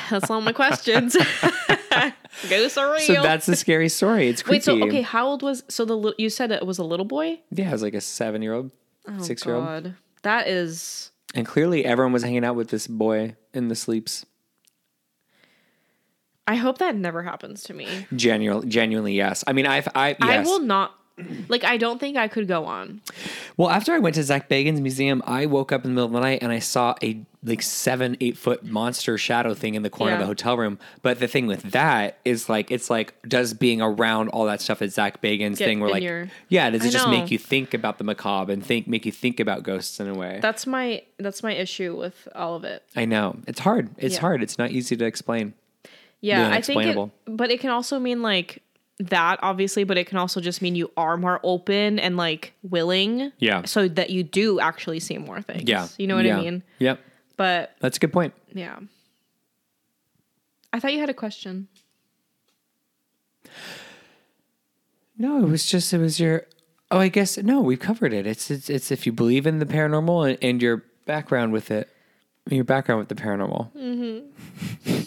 That's all <laughs> my questions. Go surreal. So that's the scary story. It's creepy. wait. So okay, how old was so the li- you said it was a little boy? Yeah, it was like a seven year old, Oh, six year old. God, that is And clearly everyone was hanging out with this boy in the sleeps. I hope that never happens to me. Genuinely, genuinely yes. I mean, I've, I, yes. I will not like I don't think I could go on. Well, after I went to Zach Bagan's museum, I woke up in the middle of the night and I saw a like seven, eight foot monster shadow thing in the corner of Yeah. the hotel room. But the thing with that is like, it's like, does being around all that stuff at Zach Bagan's Get thing where in like, your- yeah, does I it just know. make you think about the macabre and think, make you think about ghosts in a way? That's my that's my issue with all of it. I know. It's hard. It's Yeah. hard. It's not easy to explain. Yeah, The I think it, unexplainable. but it can also mean like that obviously, but it can also just mean you are more open and like willing. Yeah. So that you do actually see more things. Yeah. You know what Yeah. I mean? Yep. But That's a good point. yeah. I thought you had a question. No, it was just it was your. Oh, I guess no, we covered it. It's it's, it's if you believe in the paranormal and, and your background with it, your background with the paranormal. Mm-hmm.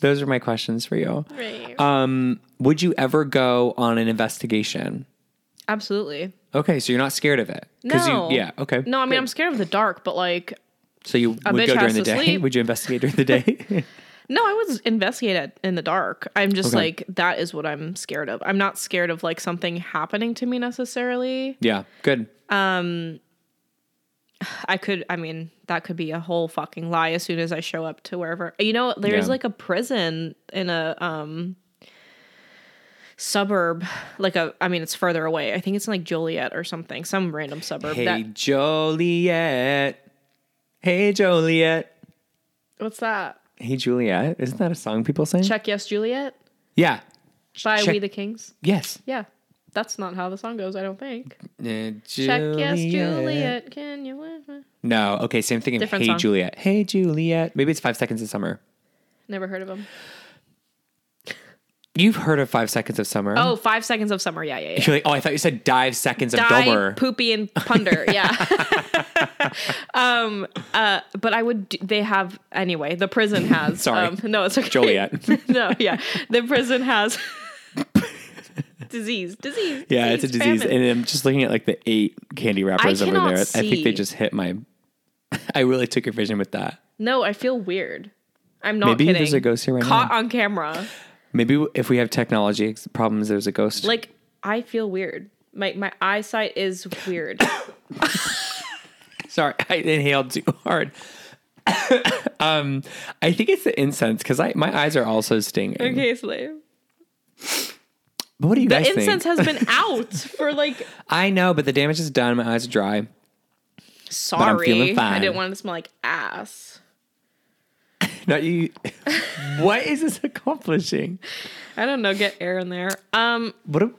<laughs> Those are my questions for you. Right. Um, would you ever go on an investigation? Absolutely. Okay, so you're not scared of it. 'Cause you- No. yeah. Okay. No, I mean I'm scared of the dark, but like So you would bitch go during has the to day? sleep. Would you investigate during the <laughs> day? No, I was investigated in the dark. I'm just Okay. like that is what I'm scared of. I'm not scared of like something happening to me necessarily. yeah. Good. I could I mean, that could be a whole fucking lie as soon as I show up to wherever. You know, there's Yeah. like a prison in a um suburb, like a I mean, it's further away. I think it's in like Joliet or something, some random suburb. Hey That Joliet. Hey Joliet. What's that? Hey Juliet. Isn't that a song people sing? Check Yes Juliet Yeah. by We Check- the Kings. Yes. Yeah. That's not how the song goes, I don't think. Check Check Yes Juliet, can you live? with- No, okay, same thing. Different hey song. Juliet. Hey Juliet. Maybe it's Five Seconds of Summer. Never heard of him. You've heard of Five Seconds of Summer. Oh, five seconds of summer. Yeah, yeah, yeah. You're like, oh, I thought you said Dive Seconds of Die, Dumber. poopy, and <laughs> punder. Yeah. <laughs> um. Uh. But I would. Do, they have anyway. <laughs> The prison has. Sorry. Um, no, it's okay. Joliet. <laughs> no. Yeah. The <laughs> prison has. disease. Disease. yeah, it's a disease. famine. And I'm just looking at like the eight candy wrappers over cannot there. I think they see. just hit my. <laughs> I really took your vision with that. no, I feel weird. I'm not Maybe kidding. there's a ghost here right Caught now. on camera. Maybe if we have technology ex- problems, there's a ghost. Like I feel weird. My my eyesight is <coughs> weird. Sorry, <laughs> I inhaled too hard. <coughs> um, I think it's the incense because I my eyes are also stinging. okay, Slave. But what do you The guys think? incense <laughs> has been out for like I know, but the damage is done. My eyes are dry. Sorry, feeling I fine. didn't want it to smell like ass. Now <laughs> you. what is this accomplishing? I don't know. Get air in there. Um, What? A,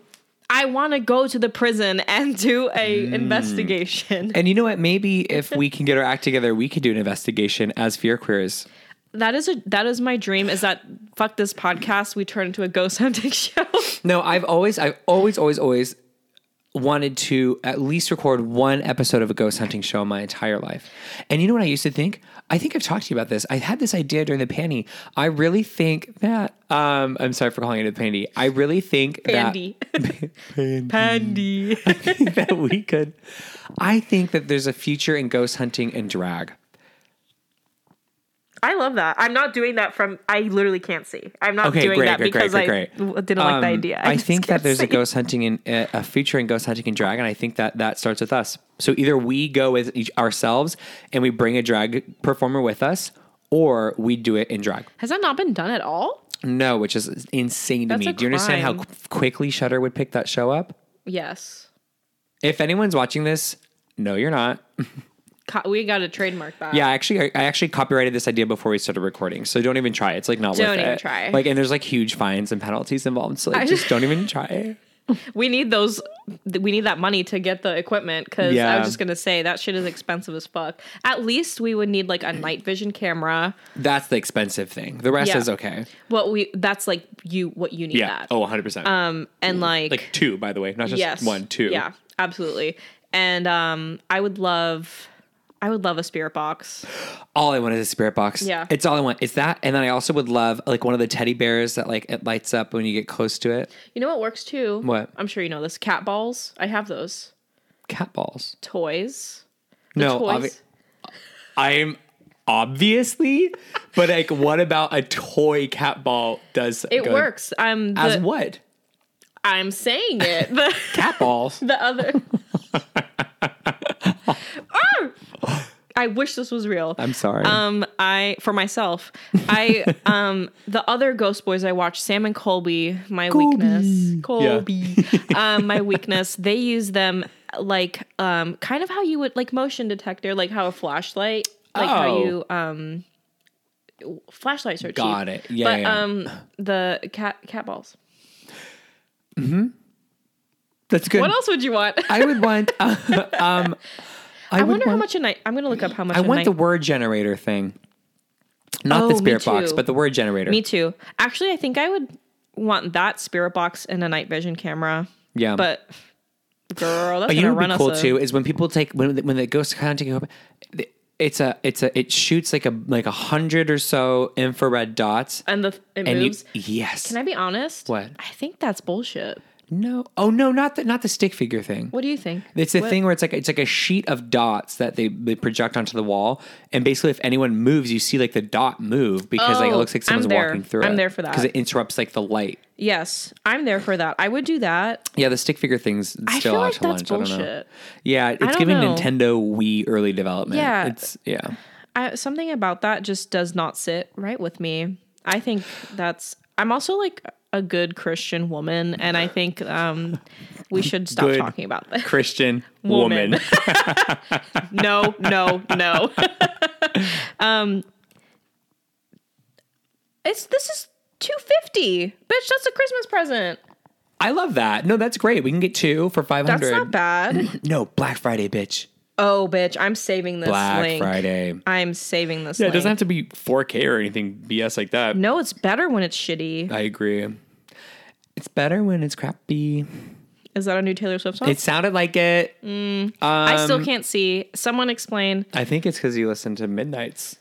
I want to go to the prison and do a Mm. investigation. and you know what? Maybe if we can get our act together, we could do an investigation as fear queers. That is a that is my dream. Is that fuck this podcast? We turn into a ghost <laughs> hunting show. No, I've always, I've always, always, always wanted to at least record one episode of a ghost hunting show my entire life. And you know what I used to think? I think I've talked to you about this. I had this idea during the panty. I really think that um I'm sorry for calling it a panty. I really think <laughs> Pandy, <laughs> that panty. Pandy. <laughs> that we could. I think that there's a future in ghost hunting and drag. I love that. I'm not doing that from. I literally can't see. I'm not Okay, doing great, that great, great, because great, I great. w- didn't like the Um, idea. <laughs> I just think that can't there's uh, a see. ghost hunting and a a future in ghost hunting and drag, and I think that that starts with us. So either we go with each ourselves and we bring a drag performer with us, or we do it in drag. Has that not been done at all? No, which is insane to That's me. a Do you understand how crime. qu- quickly Shutter would pick that show up? Yes. If anyone's watching this, no, you're not. Co- we got to trademark that. Yeah, I actually, I I actually copyrighted this idea before we started recording, so don't even try. It's like not worth Don't even it. try. Like, and there's like huge fines and penalties involved, so like, I just just- don't <laughs> even try. We need those. th- We need that money to get the equipment because I Yeah. was just gonna say that shit is expensive as fuck. At least we would need like a night vision camera. That's the expensive thing. The rest Yeah. is okay. What we that's like you what you need Yeah. that. Oh, 100 percent. Um and like, Like two, by the way, not just yes one, two. Yeah, absolutely. And um I would love I would love a spirit box. All I want is a spirit box. Yeah. It's all I want. It's that, and then I also would love like one of the teddy bears that like it lights up when you get close to it. You know what works too? What? I'm sure you know this. Cat balls. I have those Cat balls. toys. no, toys. obvi- I'm obviously, but like, what about a toy cat ball? Does it go- works. I'm as the, what? I'm saying it. <laughs> The, Cat balls. <laughs> the other. Arr! Oh! I wish this was real. <laughs> I'm sorry. Um, I for myself, <laughs> I um the other Ghost Boys I watched, Sam and Colby, my weakness, Colby, <laughs> um, my weakness. They use them like um kind of how you would like motion detector, like how a flashlight, like how Oh. you um flashlights are Got cheap. it. Yeah, but yeah. um the cat cat balls. That's good. What else would you want? I, I would want. <laughs> um, I, would wonder how want- much a night. I'm gonna look up how much. I a want night. the word generator thing. Not the Oh, me spirit box, too. but the word generator. Me too. Actually, I think I would want that spirit box and a night vision camera. Yeah. But girl, that's But you gonna know run what'd be cool us a- too is when people take when when the ghost hunting up, it's a it's a it shoots like a like a hundred or so infrared dots, and the it and moves. you yes Can I be honest? What? I think that's bullshit. no oh no not the not the stick figure thing. What do you think? It's the What- thing where it's like it's like a sheet of dots that they, they project onto the wall, and basically if anyone moves, you see like the dot move because like it Oh, looks like I'm someone's there. walking through. I'm it there for that. because it interrupts like the light. Yes, I'm there for that. I would do that. Yeah, the stick figure thing's still I feel out like to lunch. that's I don't know. bullshit. Yeah, it's don't giving know. Nintendo Wii early development. Yeah. it's yeah. I, something about that just does not sit right with me. I think that's. I'm also like a good Christian woman, and I think um, we should stop Good. talking about this. Christian <laughs> Woman. woman. <laughs> no, no, <laughs> no. um, it's this is two fifty, bitch. That's a Christmas present. I love that. No, that's great. We can get two for five That's hundred. <laughs> not bad. No, Black Friday, bitch. oh, bitch, I'm saving this Black link. Friday. I'm saving this. Yeah, it link. doesn't have to be 4K or anything BS like that. No, it's better when it's shitty. I agree. It's better when it's crappy. Is that a new Taylor Swift song? It sounded like it. I um, still can't see. Someone explain. I think it's because you listen to Midnight's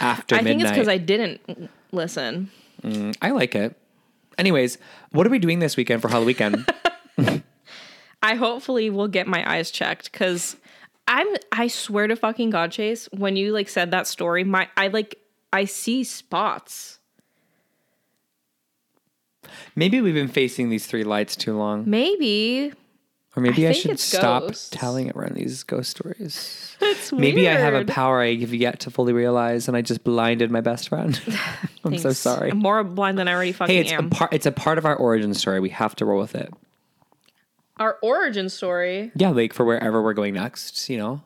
after I think midnight. it's because I didn't listen. I like it. Anyways, what are we doing this weekend for Halloween <laughs> weekend? I hopefully will get my eyes checked because I'm I swear to fucking God Chase, when you like said that story, my I like I see spots. Maybe we've been facing these three lights too long. Maybe Or maybe I, think should it's stop ghosts. telling everyone these ghost stories. it's Maybe I have a weird. power I have yet to fully realize, and I just blinded my best friend. <laughs> I'm so Thanks. sorry. I'm more blind than I already fucking hey, it's a am. part. It's a part of our origin story. We have to roll with it. Our origin story, Yeah, like for wherever we're going next, you know.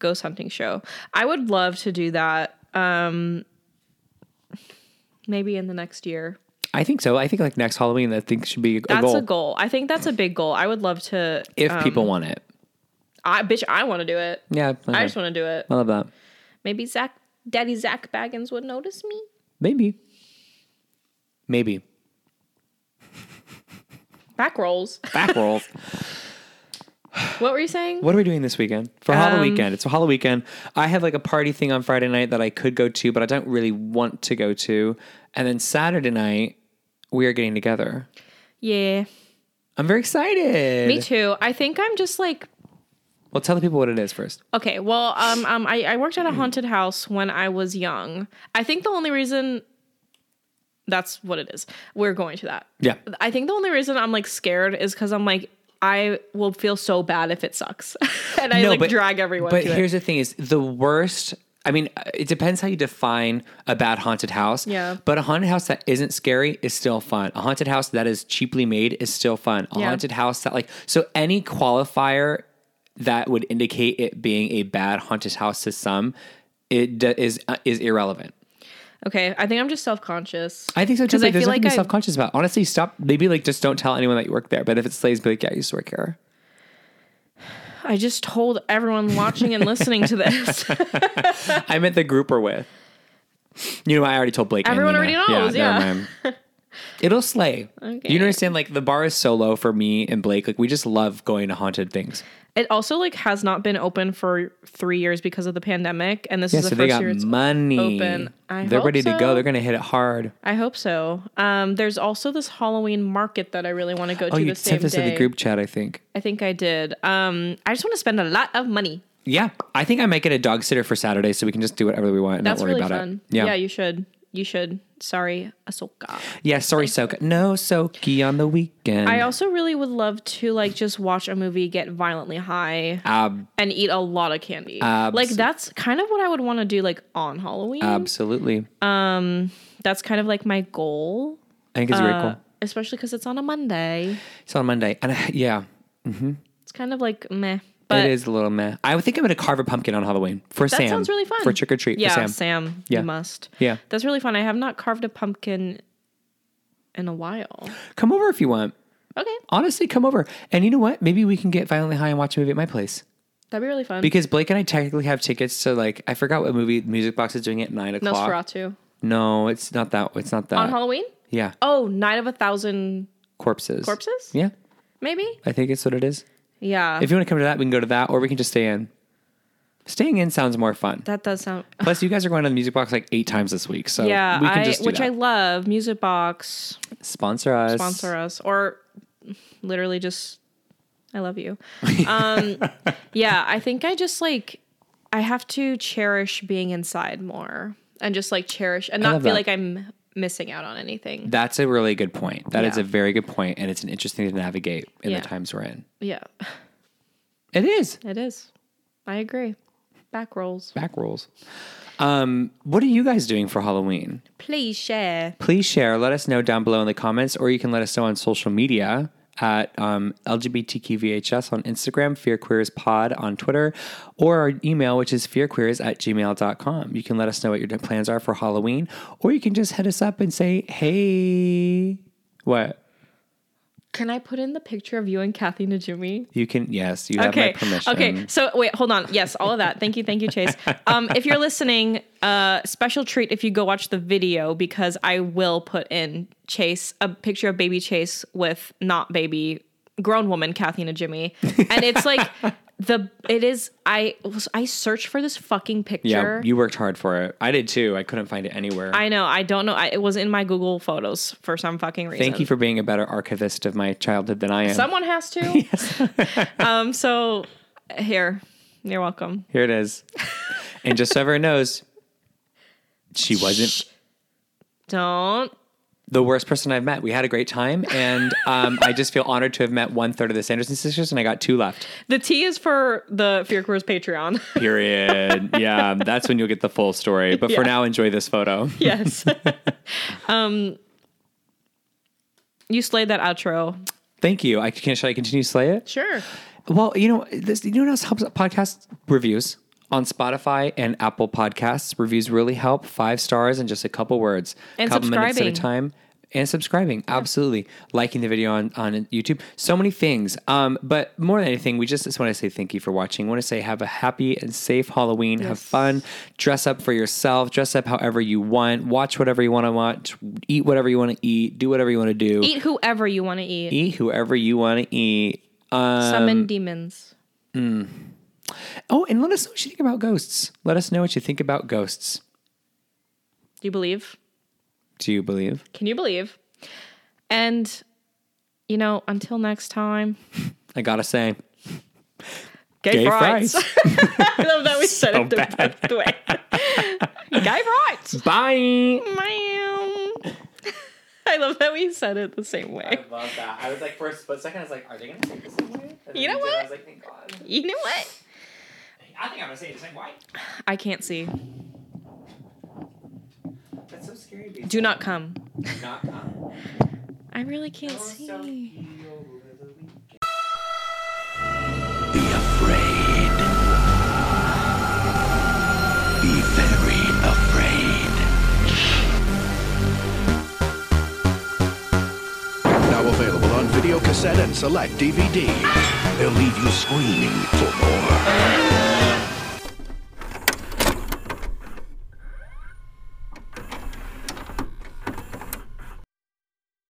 ghost hunting show. I would love to do that. Um, maybe in the next year. I think so. I think like next Halloween, that thing should be a That's goal a goal. Um, I think that's a big goal. I would love to. if people want it. I bitch, I want to do it. Yeah, I okay. just want to do it. I love that. Maybe Zach, Daddy Zach Baggins would notice me. Maybe, maybe Back rolls. back rolls. What were you <laughs> saying? What are we doing this weekend for Um, Halloween weekend? It's a Halloween weekend. I have like a party thing on Friday night that I could go to, but I don't really want to go to. And then Saturday night, we are getting together. Yeah. I'm very excited. Me too. I think I'm just like Well, tell the people what it is first. okay. Well, um, um, I, I worked at Mm. a haunted house when I was young. I think the only reason that's what it is. We're going to that. Yeah. I think the only reason I'm like scared is because I'm like I will feel so bad if it sucks, <laughs> and I like drag everyone. But to it. here's the thing: is the worst. I mean, uh, it depends how you define a bad haunted house. Yeah. But a haunted house that isn't scary is still fun. A haunted house that is cheaply made is still fun. A Yeah. haunted house that like so any qualifier that would indicate it being a bad haunted house to some it d- is uh, is irrelevant. okay, I think I'm just self conscious. I think so too. 'Cause I Like, there's feel nothing like to be I- self conscious about. Honestly, stop. Maybe like just don't tell anyone that you work there. But if it slays, be like, yeah, I used to work here. I just told everyone watching and listening to this. I meant the group we're with. You know, I already told Blake. and Everyone Nina. already knows, yeah. never <laughs> mind. It'll slay. Okay. You understand? Like the bar is so low for me and Blake. Like we just love going to haunted things. It also like has not been open for three years because of the pandemic, and this Yeah, is the so first they got year it's. money. open. I They're hope ready to go. so. They're gonna hit it hard. I hope so. Um, there's also this Halloween market that I really want to go Oh, to you the same sent this day. in the group chat, I think. I think I did. Um, I just want to spend a lot of money. Yeah, I think I might get a dog sitter for Saturday, so we can just do whatever we want and That's not worry really about fun. it. Yeah, you should. You should. Sorry, Ahsoka. yeah. Sorry, Soka. No Soki on the weekend. I also really would love to like just watch a movie, get violently high, Ab- and eat a lot of candy. Abs- like that's kind of what I would want to do, like on Halloween. absolutely. that's kind of like my goal, I think it's very uh, cool. especially because it's on a Monday. It's on Monday, and <laughs> I, yeah, It's kind of like meh, but it is a little meh. I would think I'm gonna carve a pumpkin on Halloween for that Sam. sounds really fun for trick or treat. Yeah, for Sam. Yeah. you must. Yeah. that's really fun. I have not carved a pumpkin in a while. Come over if you want. Okay, Honestly, come over. And you know what? Maybe we can get violently high and watch a movie at my place that'd be really fun. because Blake and I technically have tickets to like I forgot what movie Music Box is doing at nine o'clock. Nosferatu No, it's not that. It's not that. on Halloween. yeah, Oh, Night of a Thousand corpses. Corpses? Yeah, maybe? I think it's what it is. Yeah. If you want to come to that, we can go to that, or we can just stay in. Staying in sounds more fun. that does sound Plus, you guys are going to the Music Box like eight times this week, so Yeah, Oh, we can I, just do which I that. love. Music Box sponsor us. sponsor us or literally just I love <laughs> you. Um yeah, I think I just like I have to cherish being inside more and just like cherish and not love feel that. like I'm missing out on anything. That's a really good point. That is Yeah. a very good point, and it's an interesting to navigate in Yeah. the times we're in. yeah, It is it is. I agree. Back rolls. back rolls. Um, what are you guys doing for Halloween? Please share. Please share. Let us know down below in the comments, or you can let us know on social media at um, LGBTQVHS on Instagram, Fear Queers Pod on Twitter, or our email, which is fearqueers at gmail.com. You can let us know what your plans are for Halloween, or you can just hit us up and say, hey, what? Can I put in the picture of you and Kathy Najumi? You can, yes, you have my permission. Okay. So wait, hold on. Yes, all of that. Thank you, thank you, Chase. Um, if you're listening, uh, special treat if you go watch the video because I will put in Chase a picture of baby Chase with not baby grown woman Kathy and Jimmy, and <laughs> it's like the it is I was I searched for this fucking picture. Yeah, you worked hard for it. I did too. I couldn't find it anywhere. I know. I don't know. I, it was in my Google Photos for some fucking reason. Thank you for being a better archivist of my childhood than I am. Someone has to. <laughs> yes. <laughs> um. So here, you're welcome. Here it <laughs> is. and just so everyone knows, she wasn't Don't the worst person I've met. We had a great time, and um, I just feel honored to have met one third of the Sanderson sisters, and I got two left. The T is for the Fear Queers Patreon. <laughs> Period. yeah, that's when you'll get the full story. But for Yeah. now, enjoy this photo. <laughs> yes. um, you slayed that outro. Thank you. I can. Should I continue to slay it? Sure. Well, you know, this, you know what else helps podcast reviews on Spotify and Apple Podcasts. Reviews really help. Five stars and just a couple words, And couple minutes at a subscribing. time, and subscribing. Absolutely, liking the video on on YouTube. So many things. Um, but more than anything, we just, just want to say thank you for watching. want to say have a happy and safe Halloween. Have Yes. fun. Dress up for yourself. Dress up however you want. Watch whatever you want to watch. Eat whatever you want to eat. Do whatever you want to do. Eat whoever you want to eat. Eat whoever you want to eat. Summon demons. Oh, and let us know what you think about ghosts. Let us know what you think about ghosts. Do you believe? Do you believe? Can you believe? And, you know, until next time, I gotta say, gay, Gay rights. rights. <laughs> I love that we said So it the, bad. the <laughs> way. gay rights. bye. Meow. <laughs> I love that we said it the same way. love that. I was like, for a split second, I was like, are they going to say it the same way? And You then know did, what? like, thank God. You know what? I think I'm going to say it the same way. I can't see. That's so scary. Do not come. not come. I really can't see. Be afraid. Be very afraid. Now available on video cassette and select DVD. They'll leave you screaming for more.